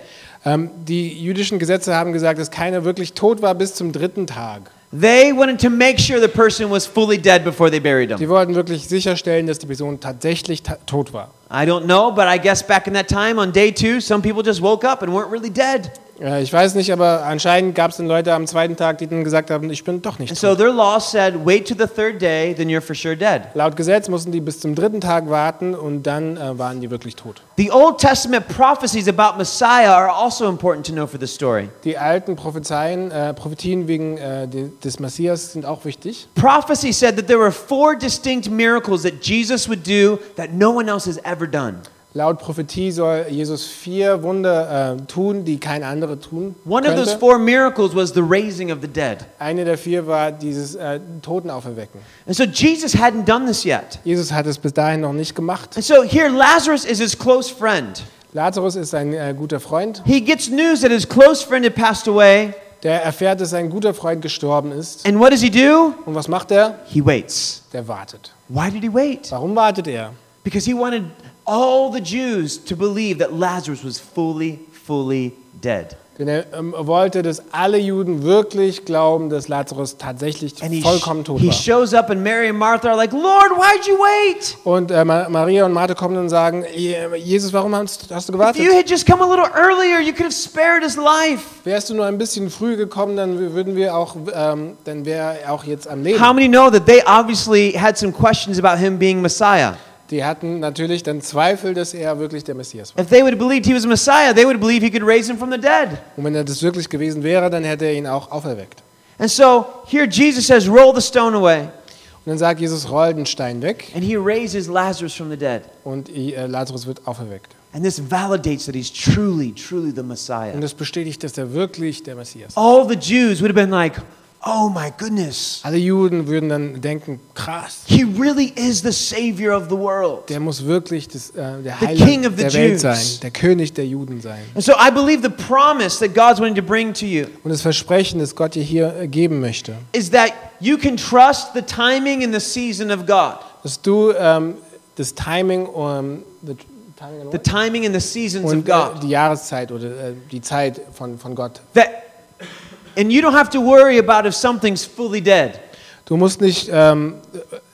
Ähm, die jüdischen Gesetze haben gesagt, dass keiner wirklich tot war bis zum dritten Tag.
They wanted to make sure the person was fully dead before they buried
Die
him.
wollten wirklich sicherstellen, dass die Person tatsächlich ta tot war.
I don't know, but I guess back in that time on day two, some people just woke up and weren't really dead.
Äh, ich weiß nicht, aber anscheinend gab es dann Leute am zweiten Tag, die dann gesagt haben, ich bin doch nicht
And
tot.
so their law said, wait to the third day, then you're for sure dead.
Laut Gesetz mussten die bis zum dritten Tag warten und dann äh, waren die wirklich tot.
The Old Testament prophecies about Messiah are also important to know for this story.
Die alten Prophezeien, äh, Prophetien wegen äh, de- des Messias sind auch wichtig.
Prophecy said that there were four distinct miracles that Jesus would do that no one else has ever done.
Laut Prophetie soll Jesus vier Wunder äh, tun, die kein anderer tun
One of those
könnte.
four miracles was the raising of the dead.
Eine der vier war dieses äh, Totenauferwecken.
And so Jesus hadn't done this yet.
Jesus hat es bis dahin noch nicht gemacht.
And so here, Lazarus is his close friend.
Lazarus ist ein äh, guter Freund.
He gets news that his close friend had passed away.
Der erfährt, dass sein guter Freund gestorben ist.
And what does he do?
Und was macht er?
He waits.
Der wartet.
Why did he wait?
Warum wartet er?
Because he wanted all the Jews to believe that Lazarus was fully, fully dead.
Denn er ähm, wollte, dass alle Juden wirklich glauben, dass Lazarus tatsächlich
And he,
vollkommen tot
he
war.
shows up, and Mary and Martha are like, Lord, why'd you wait?
Und äh, Ma- Maria und Martha kommen und sagen, "Je- Jesus, warum hast, hast du
If
gewartet?
you had just come a little earlier, you could have spared his life.
Wärst du nur ein bisschen früh gekommen, dann w- würden wir auch, ähm, dann wäre er auch jetzt am
How
Leben.
many know that they obviously had some questions about him being Messiah?
Die hatten natürlich dann Zweifel, dass er wirklich der Messias war.
If they would have believed he was Messiah, they would have believed he could raise him from the dead.
Und wenn er das wirklich gewesen wäre, dann hätte er ihn auch auferweckt.
And so here Jesus says, Roll the stone away.
Und dann sagt Jesus, roll den Stein weg
And he raises Lazarus from the dead.
und äh, Lazarus wird auferweckt.
And this validates that he's truly, truly the
Und
Messiah.
das bestätigt, dass er wirklich der Messias ist.
All the Jews would have been like, Oh my goodness,
Alle Juden würden dann denken, krass,
he really is the Savior of the world.
der muss wirklich das, äh, der
The King
Heiland
of the
der Welt
Jews.
sein, der König der Juden sein.
And so I believe the promise that God's wanting to bring to you
Und das Versprechen, das Gott dir hier äh, geben möchte.
is that you can trust the timing and the season of God.
dass du ähm, das Timing, ähm, the timing and
The
what?
timing and the seasons of
und äh,
God.
die Jahreszeit oder äh, die Zeit von, von Gott.
That, and you don't have to worry about if something's fully dead.
Du musst nicht, ähm,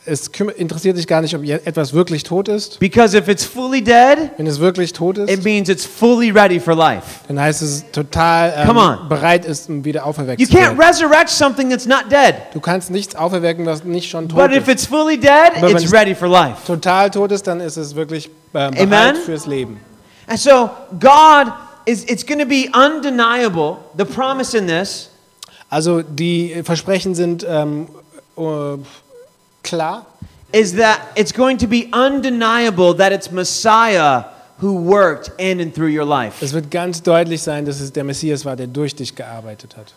es küm- interessiert dich gar nicht, ob je- etwas wirklich tot ist.
Because if it's fully dead,
Wenn es wirklich tot
it
ist,
means it's fully ready for life.
dann heißt es total
Come on.
ähm, bereit ist, um wieder auferweckt
You
zu
can't
werden.
resurrect something that's not dead.
Du kannst nichts auferwecken, was nicht schon tot
But if
ist.
it's fully dead,
But when
it's
it's-
ready for life.
Total tot ist, dann ist es wirklich äh, bereit
Amen.
fürs Leben.
And so God is it's going to be undeniable the promise in this
Also die Versprechen sind ähm, äh, klar.
is that it's going to be undeniable that it's Messiah who worked in and through your life.
Es wird ganz deutlich sein, dass es der Messias war, der durch dich gearbeitet hat.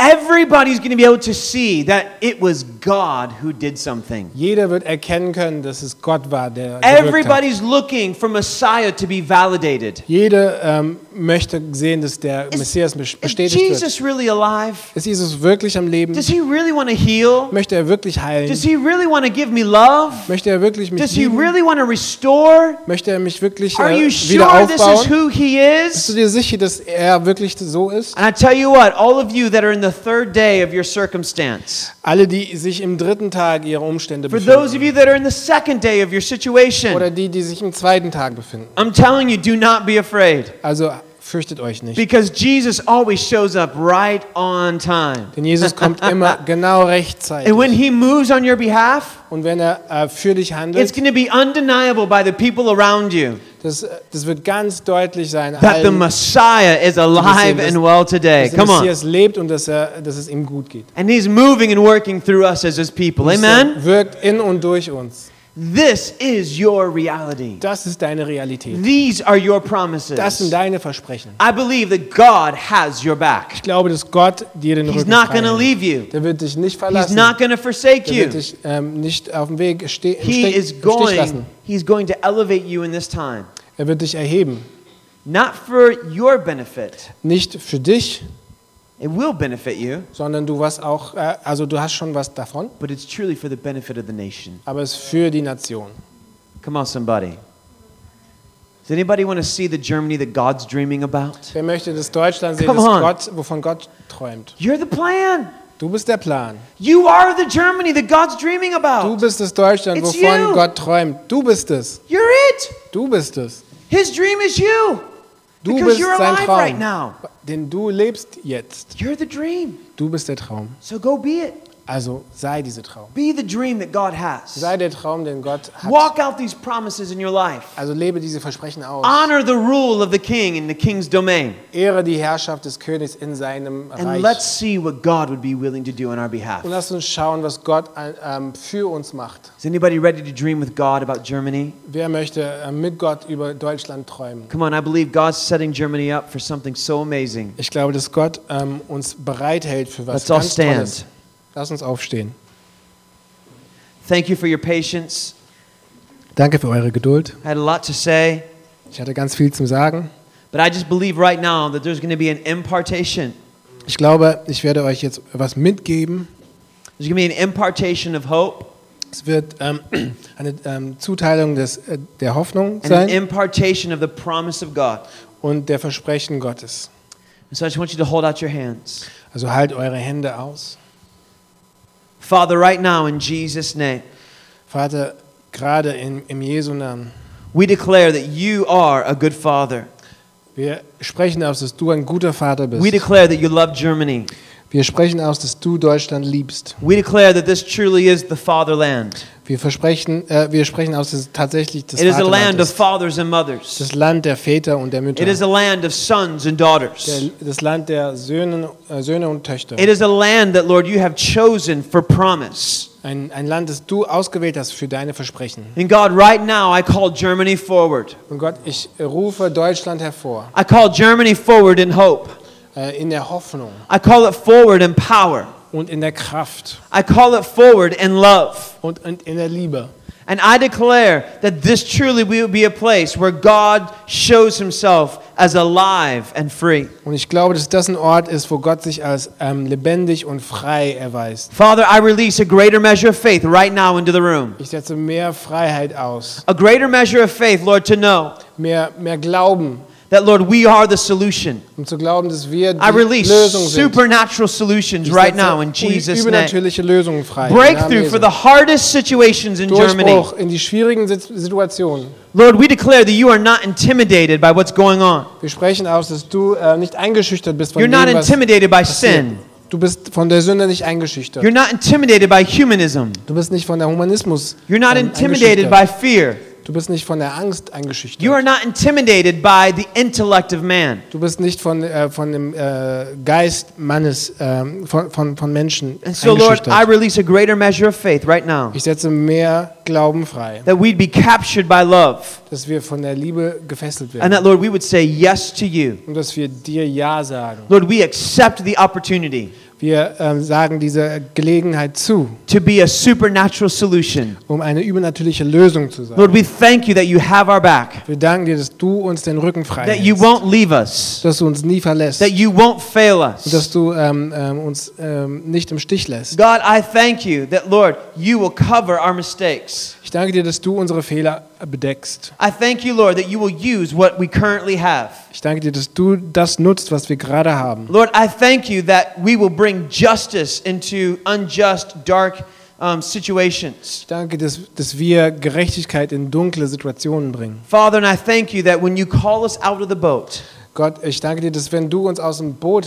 Everybody's going to be able to see that it was God who did something.
Jeder wird erkennen können, dass es Gott war, der gewirkt hat.
Everybody's looking for Messiah to be validated.
Jeder ähm, möchte sehen, dass der Messias bes-
Is
bestätigt wird.
Jesus really alive?
Ist Jesus wirklich am Leben?
Does he really want to heal?
Möchte er wirklich heilen?
Does he really want to give me love?
Möchte er wirklich mich
Does he
lieben?
really want to restore?
Möchte er mich wirklich
Are
äh,
you
wieder
sure this is
aufbauen?
who he
Bist du
is?
dir sicher, dass er wirklich so ist?
And I tell you what, all of you that are in the third day of your circumstance,
Alle, die sich im dritten Tag ihrer Umstände
for those of
befinden
you that are in the second day of your
oder
situation,
die, die sich im zweiten Tag befinden.
I'm telling you, do not be afraid
Also fürchtet euch nicht.
because Jesus always shows up right on time.
Denn Jesus kommt immer genau rechtzeitig.
And when he moves on your behalf,
Und wenn er äh, für dich
it's
handelt,
going to be undeniable by the people around you
das, äh, das wird ganz deutlich sein,
that the
allen,
Messiah is alive and well today.
dass der
Come on.
Messias lebt und dass, er, dass es ihm gut geht.
And he's moving and working through us as his people.
Dass
Amen?
er wirkt in und durch uns.
This is your reality.
Das ist deine Realität.
These are your
Das sind
promises.
deine Versprechen.
I believe that God has your back.
Ich glaube, dass Gott dir den
He's
Rücken
not
frei
going to
hält.
leave you,
Der wird dich nicht
He's
verlassen.
not going to forsake
der wird
you.
dich ähm, nicht auf dem Weg ste im
He
Stich,
is
im Stich
going,
lassen.
he's going to elevate you in this time.
Er wird dich erheben.
Not for your benefit,
Nicht für dich,
it will benefit you,
sondern du was auch, äh, also du hast schon was davon,
but it's truly for the benefit of the nation.
aber es ist für die Nation.
Come on, somebody. Does anybody want to see the Germany that God's dreaming about?
Wer möchte das Deutschland sehen,
Come
das
on.
Gott, wovon Gott träumt?
You're the plan.
Du bist der Plan.
You are the Germany that God's dreaming
Du
about.
bist das Deutschland,
Oh. It's
wovon
you.
Gott träumt. Du bist es.
You're it.
Du bist es.
His dream is you.
Du
because
bist
you're
sein
alive
Traum.
right now.
Denn du lebst jetzt.
You're the dream.
Du bist der Traum.
So go be it.
Also sei diese Traum.
Be the dream that God has.
Sei der Traum, den Gott hat.
Walk out these promises in your life.
Also lebe diese Versprechen aus.
Honor the rule of the king in the king's domain.
Ehre die Herrschaft des Königs in seinem
And
Reich.
let's see what God would be willing to do on our behalf.
Und lass uns schauen, was Gott ähm, für uns macht.
Is anybody ready to dream with God about Germany?
Wer möchte äh, mit Gott über Deutschland träumen?
Come on, I believe God's setting Germany up for something so amazing.
Ich glaube, dass Gott ähm, uns bereithält für was
Let's all
ganz
stand.
Tolles. Lass uns aufstehen.
Thank you for your patience.
Danke für eure Geduld.
I had a lot to say,
Ich hatte ganz viel zu sagen.
but I just believe right now that there's going to be an impartation.
Ich glaube, ich werde euch jetzt was mitgeben.
There's going to be an impartation of hope
Es wird ähm, eine ähm, Zuteilung des, äh, der Hoffnung
and an
sein
impartation of the promise of God.
und der Versprechen Gottes.
And so I just want you to hold out your hands.
Also halt eure Hände aus.
Father, right now in Jesus' name,
Vater, gerade in, im Jesu Namen,
we declare that you are a good father.
wir sprechen aus, dass du ein guter Vater bist.
We declare that you love Germany.
Wir sprechen aus, dass du Deutschland liebst.
We declare that this truly is the fatherland.
Wir versprechen, äh, wir sprechen aus, dass es tatsächlich das
It is a
Vaterland
land of
ist.
fathers and mothers.
Das Land der Väter und der Mütter.
It is a land of sons and
der,
daughters.
das Land der Söhne, äh, Söhne und Töchter.
It is a land that, Lord, you have chosen for promise.
Ein, ein Land, das du ausgewählt hast für deine Versprechen.
And God, right now, I call Germany forward.
Und Gott, ich rufe Deutschland hervor
I call Germany forward in hope.
äh, in der Hoffnung
I call it forward in power.
und in der Kraft
I call it forward in love.
und in, in der Liebe.
And I declare that this truly will be a place where God shows himself as alive and free.
Und ich glaube, dass das ein Ort ist, wo Gott sich als ähm, lebendig und frei erweist.
Father, I release a greater measure of faith right now into the room.
Ich setze mehr Freiheit aus,
A greater measure of faith, Lord, to know
mehr, mehr Glauben,
that, Lord, we are the solution.
um zu glauben, dass wir die
I release
Lösung sind.
supernatural solutions
Ich
right
setze
now in
ü-
Jesus' name.
übernatürliche Lösungen frei. Im Namen
Breakthrough
Jesu.
for the hardest situations in Germany.
Durchbruch in die schwierigen Sit- Situationen.
Lord, we declare that you are not intimidated by what's going on.
Wir sprechen aus, dass du äh, nicht eingeschüchtert bist von
You're
dem,
not
was
intimidated by
passiert.
sin.
Du bist von der Sünde nicht eingeschüchtert.
You're not intimidated by humanism.
du bist nicht von der Humanismus.
You're not
ähm,
intimidated by
eingeschüchtert.
fear.
Du bist nicht von der Angst eingeschüchtert.
You are not intimidated by the intellect of man.
du bist nicht von äh, von dem äh, Geist Mannes ähm, von, von von Menschen
And so, Lord,
eingeschüchtert.
I release a greater measure of faith right now
ich setze mehr Glauben frei,
that we'd be captured by love.
dass wir von der Liebe gefesselt
And
werden
that, Lord, we would say yes to you.
und dass wir dir ja sagen.
Lord, we accept the opportunity.
Wir ähm, sagen dieser Gelegenheit zu,
to be a supernatural solution.
um eine übernatürliche Lösung zu sein.
Lord, we thank you that you have our back,
Wir danken dir, dass du uns den Rücken frei
that you
hältst,
won't leave us,
dass du uns nie verlässt,
that you won't fail
und dass
us.
du ähm, ähm, uns ähm, nicht im Stich lässt.
God, I thank you that, Lord, you will cover our mistakes.
Ich danke dir, dass du unsere Fehler bedeckst.
I thank you, Lord, that you will use what we currently have.
Ich danke dir, dass du das nutzt, was wir gerade haben.
Lord, I thank you that we will bring justice into unjust, dark um, situations.
Ich danke, dass, dass wir Gerechtigkeit in dunkle Situationen bringen.
Father, and I thank you that when you call us out of the boat,
Gott, ich danke dir, dass wenn du uns aus dem Boot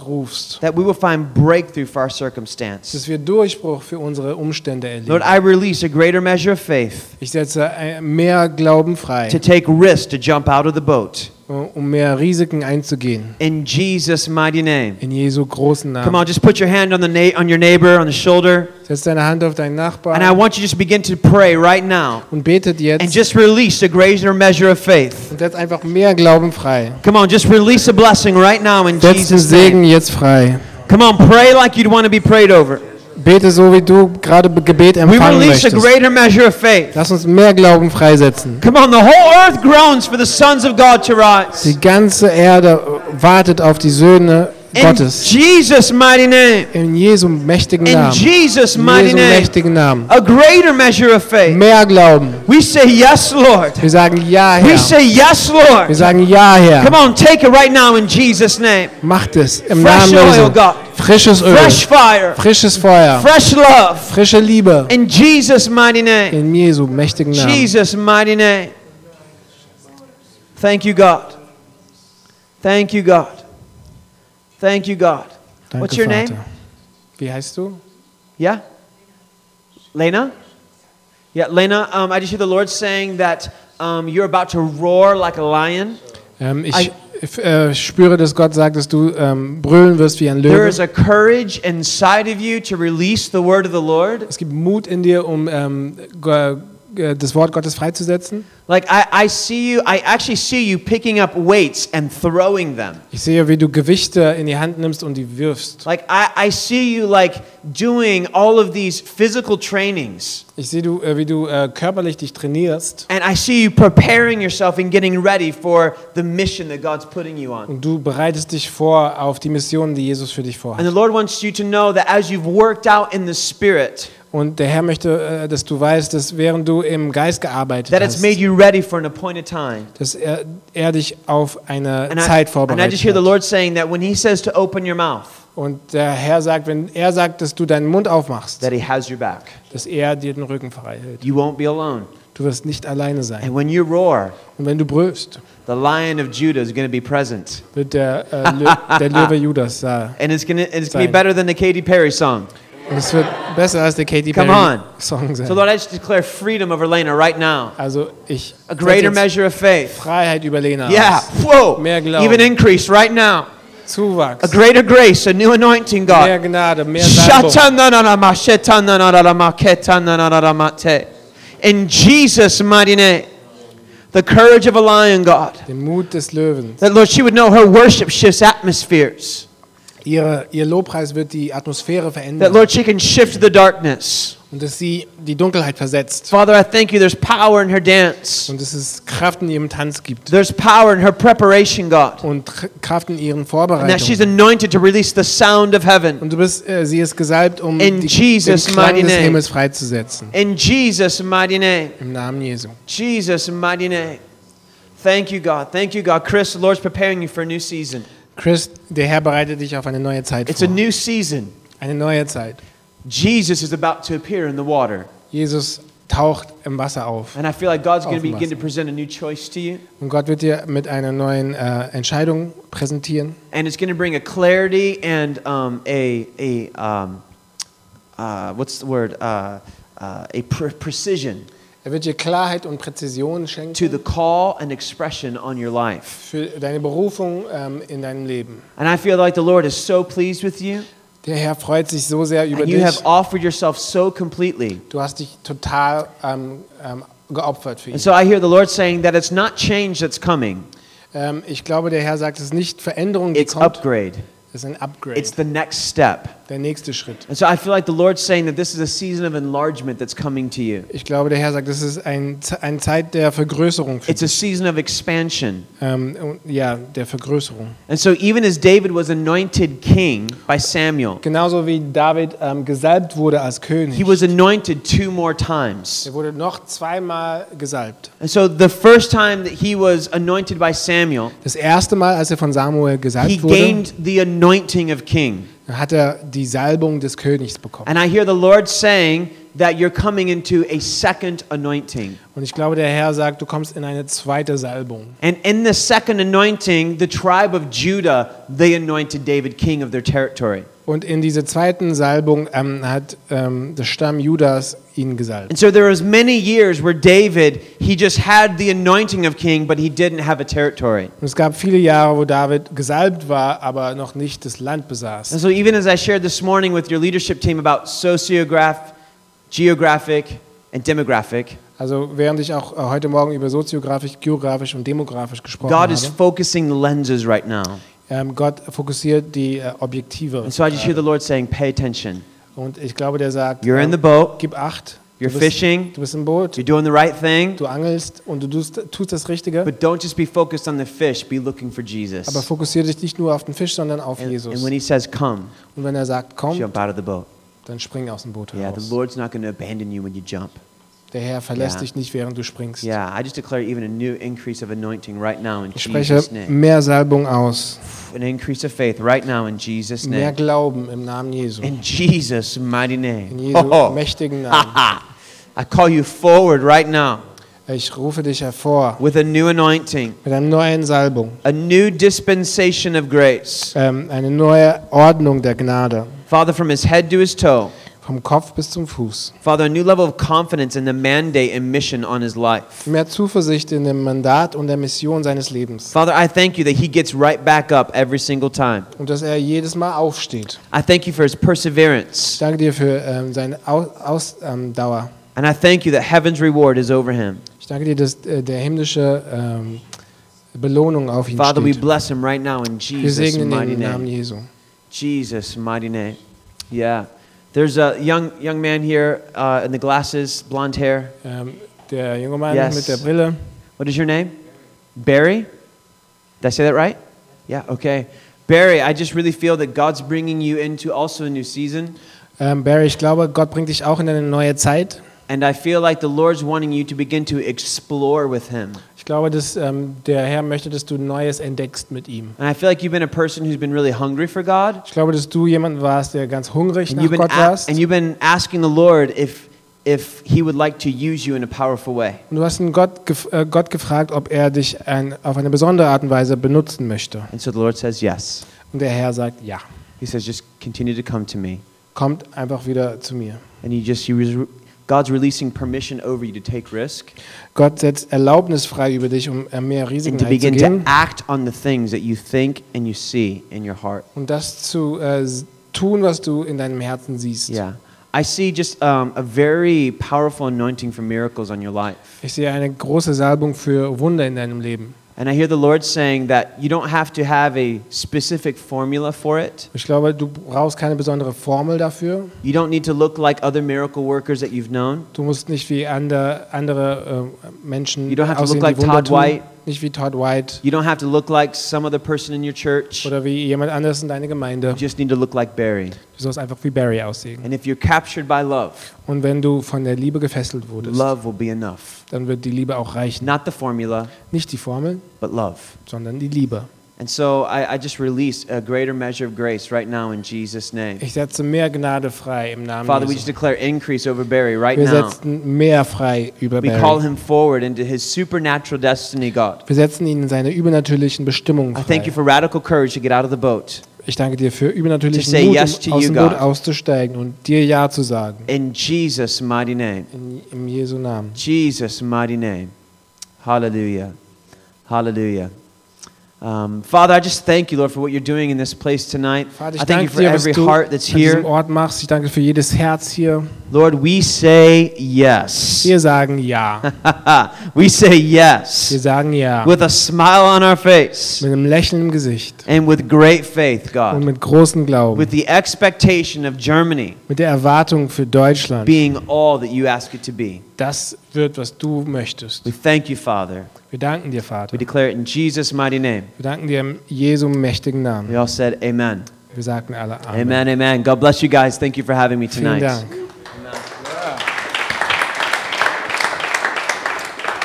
herausrufst,
that we will find breakthrough for our circumstance.
dass wir Durchbruch für unsere Umstände erleben.
Lord, I release a greater measure of faith
Ich setze äh, mehr Glauben frei,
to take risks to jump out of the boat.
äh, um mehr Risiken einzugehen.
In Jesus' mighty name.
In Jesu großen
Come
Namen.
on, just put your hand on, the na- on your neighbor, on the shoulder.
Setz deine Hand auf deinen
And I
Nachbarn
want you to just begin to pray right now.
und betet
And
jetzt
just release a greater measure of faith.
und setz einfach mehr Glauben frei.
Come on, just release a blessing right now in
Setz den
Jesus' name.
Segen jetzt frei.
Come on, pray like you'd want to be prayed over.
Bete so, wie du gerade Be- Gebet
We
empfangen
release a
möchtest.
greater measure of faith.
Lass uns mehr Glauben freisetzen.
Come on, the whole earth groans for the sons of God to rise.
Die ganze Erde wartet auf die Söhne
In
Gottes.
Jesus' mighty name.
In Jesu mächtigen
In
Namen. In
Jesus' mighty
Jesu
name.
mächtigen Namen.
A greater measure of faith.
Mehr Glauben.
We say, Yes, Lord.
Wir sagen Ja,
We
Herr.
say, Yes,
Wir
Lord.
sagen Ja,
Come
Herr.
on, take it right now in Jesus' name.
Macht es im
Fresh
Namen
oil,
Jesu.
God.
Frisches Öl.
Fresh fire.
Frisches Feuer.
Fresh love.
Frische Liebe.
In Jesus' mighty name.
In Jesu mächtigen Namen.
Jesus' mighty name. Thank you, God. Thank you, God. Thank you, God. What's your name?
Wie heißt du?
Yeah? Lena? Yeah, Lena, um, I just hear the Lord saying that um, you're about to roar like a lion.
Ähm, ich f- äh, spüre, dass Gott sagt, dass du ähm, brüllen wirst wie ein
There
Löwe.
is a courage inside of you to release the word of the Lord.
Es gibt Mut in dir, um ähm, g- äh, das Wort Gottes freizusetzen.
Like, I, I see you, I actually see you picking up weights and throwing them.
Ich sehe, wie du Gewichte in die Hand nimmst und die wirfst.
Like I, I see you like doing all of these physical trainings
Ich sehe, du, äh, wie du äh, körperlich dich trainierst
and I see you preparing yourself and getting ready for the mission that God's putting you on.
und du bereitest dich vor auf die Mission, die Jesus für dich
And the
vorhat.
Lord wants you to know that as you've worked out in the spirit,
Und der Herr möchte, äh, dass du weißt, dass während du im Geist gearbeitet
that it's
hast,
made you ready for an appointed time.
dass er, er dich auf eine
And I,
Zeit
and I
vorbereitet
just hear the
hat.
Lord saying that when He says to open your mouth,
Und der Herr sagt, wenn er sagt, dass du deinen Mund aufmachst,
that He has your back.
dass er dir den Rücken frei hält.
You won't be alone.
Du wirst nicht alleine sein.
And when you roar,
Und wenn du brüllst,
the Lion of Judah is going to be present.
wird der, äh, Lö der Löwe Judas da.
And it's going to it's gonna
Sein.
be better than the Katy Perry song.
Und es wird besser als der Katy
Come
Perry
on.
Song
So,
sein.
Lord, I just declare freedom over Lena right now.
Also ich
A
setze
greater
jetzt
measure of faith.
Freiheit über Lena
Yeah.
aus.
Whoa.
Mehr Glauben.
Even increase right now. A
Zuwachs,
greater grace, a new anointing,
mehr
God.
Gnade, mehr Salbung.
Shatananarama, shetananarama, ketananaramate. In Jesus' mighty name. The courage of a lion, God.
Den Mut des Löwen.
That, Lord, she would know her worship shifts atmospheres.
Ihre, ihr Lobpreis wird die Atmosphäre
That,
verändern
Lord, she can shift the darkness.
und dass sie die Dunkelheit versetzt
Father, I thank you there's power in her dance.
und dass es Kraft in ihrem Tanz gibt
There's power in her preparation, God.
und Tr- Kraft in ihren
And that she's
Vorbereitungen.
anointed to release the sound of heaven.
Und du bist, äh, sie ist gesalbt, um
In
die,
Jesus'
den Klang
mighty
des
name.
Himmels freizusetzen.
In Jesus' mighty name.
Im Namen Jesu.
Jesus' mighty name. Thank you, God. Thank you, God. Chris, the Lord's preparing you for a new season.
Chris, der Herr bereitet dich auf eine neue Zeit
It's a
vor.
new season.
eine neue Zeit.
Jesus is about to appear in the water.
Jesus taucht im Wasser auf.
And I feel like God's going to
Awesome,
begin to present a new choice to you.
Und Gott wird dir mit einer neuen äh, Entscheidung präsentieren.
And it's going to bring a clarity and um, a, a um, uh, what's the word? Uh, uh, a pre- precision
Er wird dir Klarheit und Präzision schenken
to the call and expression on your life.
für deine Berufung ähm, in deinem Leben.
And I feel like the Lord is so pleased with you.
Der Herr freut sich so sehr über
And you
dich.
have offered yourself so completely.
Du hast dich total ähm, ähm, geopfert für ihn.
And so I hear the Lord saying that it's not change that's coming,
Ähm, ich glaube, der Herr sagt, es ist nicht Veränderung, die
it's
kommt.
upgrade.
Das ist ein Upgrade,
It's the next step.
der nächste Schritt.
And so I feel like the Lord's saying that this is a season of enlargement that's coming to you.
Ich glaube, der Herr sagt, das ist ein, Z- eine Zeit der Vergrößerung. Für
It's a
dich.
season of expansion.
Ähm, und- ja, der Vergrößerung.
And so even as David was anointed king by Samuel,
Genauso wie David ähm, gesalbt wurde als König.
he was anointed two more times.
er wurde noch zweimal gesalbt.
And so the first time that he was anointed by Samuel,
Das erste Mal, als er von Samuel
he
gesalbt wurde,
gained the anointing of king.
hat er die Salbung des Königs bekommen.
And I hear the Lord saying that you're coming into a second anointing.
Und ich glaube, der Herr sagt, du kommst in eine zweite Salbung.
And in the second anointing, the tribe of Judah, they anointed David king of their territory.
Und in diese zweiten Salbung ähm, hat ähm, der Stamm Judas ihn gesalbt.
And so there was many years where David, he just had the anointing of king, but he didn't have a territory.
Und es gab viele Jahre, wo David gesalbt war, aber noch nicht das Land besaß.
And so even as I shared this morning with your leadership team about sociograph, geographic, and demographic,
Also während ich auch äh, heute Morgen über soziografisch, geografisch und demografisch gesprochen
God
habe,
is focusing the lenses right now.
ähm, Gott fokussiert die äh, Objektive.
And so I just hear the Lord saying, pay attention.
Und ich glaube, der sagt,
You're in the
ähm,
boat,
gib acht,
you're
du, bist,
fishing,
du bist im Boot,
you're doing the right thing,
du angelst und du tust, tust das Richtige,
but don't just be focused on the fish, be looking for Jesus.
aber fokussiere dich nicht nur auf den Fisch, sondern auf
And,
Jesus.
and when he says, come,
Und wenn er sagt, komm,
jump out of the boat.
dann spring aus dem Boot
Yeah, the
heraus.
Lord's not going to abandon you when you jump.
Der Herr verlässt
Ja.
dich nicht, während du springst.
Yeah, I just declare even a new increase of anointing right now in
Ich spreche
Jesus' name.
mehr Salbung aus,
An increase of faith right now in Jesus'
mehr
name.
Glauben im Namen Jesu.
In Jesus' mighty
In
name.
Jesu
Ho, ho.
mächtigen
Ha,
Namen.
ha. I call you forward right now
Ich rufe dich hervor
with a new anointing,
mit einer neuen Salbung,
a new dispensation of grace.
ähm, eine neue Ordnung der Gnade,
Father, from his head to his toe.
vom Kopf bis zum Fuß.
Father, a new level of confidence in the mandate and mission on his life.
Mehr Zuversicht in dem Mandat und der Mission seines Lebens.
Father, I thank you that he gets right back up every single time.
Und dass er jedes Mal aufsteht.
I thank you for his
Ich
perseverance.
danke dir für ähm, seine Au- Ausdauer. Ähm, Dauer.
And I thank you that heaven's reward is over him.
ich danke dir, dass äh, der himmlische ähm, Belohnung auf ihn
Father, we
steht.
bless him right now in
Wir
Jesus'
segnen ihn
mighty
im Namen
name.
Jesu.
Jesus' mighty name. Yeah. There's a young, young man here uh, in the glasses, blonde hair.
Ähm, der junge Mann
Yes.
mit der Brille.
What is your name? Barry? Did I say that right? Yeah, okay. Barry, I just really feel that God's bringing you into also a new season.
Ähm, Barry, ich glaube, Gott bringt dich auch in eine neue Zeit.
And I feel like the Lord's wanting you to begin to explore with Him.
Ich glaube, dass ähm, der Herr möchte, dass du Neues entdeckst mit ihm.
And I feel like you've been a person who's been really hungry for God.
Ich glaube, dass du jemand warst, der ganz hungrig
And
nach
you've been,
Gott
a-
warst.
and you've been asking the Lord if, if He would like to use you in a powerful way.
Und du hast ihn Gott, gef äh, Gott gefragt, ob er dich ein, auf eine besondere Art und Weise benutzen möchte.
And so the Lord says, Yes.
Und der Herr sagt, ja,
He says, Just continue to come to me.
kommt einfach wieder zu mir.
And you just, you res- God's releasing permission over you to take risk
Gott setzt Erlaubnis frei über dich, um äh, mehr Risiken
and to begin to
einzugehen
act on the things that you think and you see in your heart.
und das zu äh, s- tun, was du in deinem Herzen siehst.
Yeah. I see just um, a very powerful anointing for miracles on your life.
Ich sehe eine große Salbung für Wunder in deinem Leben.
And I hear the Lord saying that you don't have to have a specific formula for it.
Ich glaube, du brauchst keine besondere Formel dafür.
You don't need to look like other miracle workers that you've known.
Du musst nicht wie andere, andere äh, Menschen
You don't have to
aussehen,
look like
die Wunder
Todd
tun.
White.
Nicht wie Todd White
You don't have to look like some other person in your church. You
oder wie jemand anders in deiner Gemeinde.
just need to look like Barry.
Du sollst einfach wie Barry aussehen.
And if you're captured by love,
Und wenn du von der Liebe gefesselt wurdest,
love will be enough.
dann wird die Liebe auch reichen.
Not the formula,
Nicht die Formel,
but love.
sondern die Liebe.
And so I, I just release a greater measure of grace right now in Jesus' name.
Ich setze mehr Gnade frei im Namen
Father, we just
Jesu.
declare increase over Barry right
Wir
now.
setzen mehr frei über
We call
Barry.
him forward into his supernatural destiny, God.
Wir setzen ihn in seine übernatürlichen Bestimmungen
I thank
frei.
you for radical courage to get out of the boat.
Ich danke dir für
To
übernatürlichen
say
Mut,
yes
um
to
aus
you,
dem Boot
God.
auszusteigen und dir Ja zu sagen.
In Jesus' mighty name.
In, Im Jesu Namen.
Jesus' mighty name. Hallelujah. Hallelujah. Um, Father, I just thank you, Lord, for what you're doing in this place tonight.
Vater,
I
ich
thank you
danke
for
dir, was
every
du
heart that's
an diesem
here.
Ort machst. Ich danke für jedes Herz hier.
Lord, we say yes.
Wir sagen ja.
we say
Wir
yes
sagen ja. Mit
with a smile on our face
einem Lächeln im Gesicht
and with great faith,
und
God,
mit großem Glauben.
with the expectation of Germany
Mit der Erwartung für Deutschland.
being all that you ask it to be.
Das wird, was du möchtest.
We thank you, Father.
Wir danken dir,
We
Vater. Wir
declare it in Jesus' mighty name.
danken dir im Jesu mächtigen Namen.
We all said amen.
Wir sagten alle Amen.
Amen, amen. God bless you guys. Thank you for having me
Vielen
tonight.
Dank.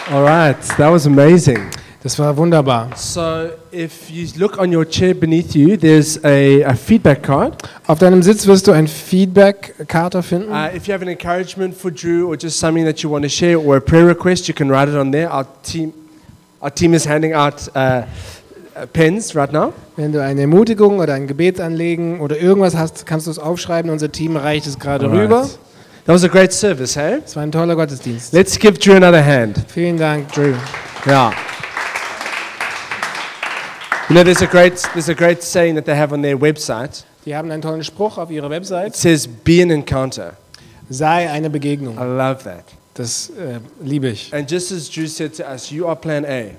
All right.
That was amazing.
Das war wunderbar.
So, if you look on your chair beneath you, there's a, a feedback card.
Auf deinem Sitz wirst du ein Feedback-Karte finden.
Uh, if you have an encouragement for Drew or just something that you want to share or a prayer request, you can write it on there. Our team, our team is handing out uh, uh, pens right now.
Wenn du eine Ermutigung oder ein Gebet anlegen oder irgendwas hast, kannst du es aufschreiben. Unser Team reicht es gerade rüber.
Alright. That was a great service, hey?
Es war ein toller Gottesdienst.
Let's give Drew another hand.
Vielen Dank, Drew.
Yeah. You know, there's a great there's a great saying that they have on their website.
Die haben einen tollen Spruch auf ihrer
It
Website.
says, "Be an encounter."
Sei eine
I
Begegnung.
love that.
Das äh, liebe ich.
And just as Drew said to us, "You are Plan A."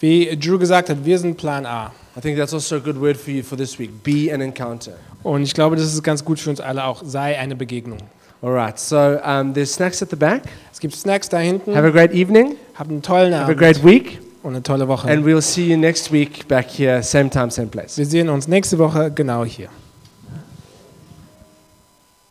Wie Drew gesagt hat, wir sind Plan A.
I think that's also a good word for you for this week. Be an encounter.
Und ich glaube, das ist ganz gut für uns alle auch. Sei eine Begegnung.
All right. So um, there's snacks at the back.
Es gibt Snacks da hinten.
Have a great evening.
Habt einen tollen
Have a
Abend
great week.
und eine tolle Woche.
And we'll see you next week back here, same time, same place.
Wir sehen uns nächste Woche genau hier.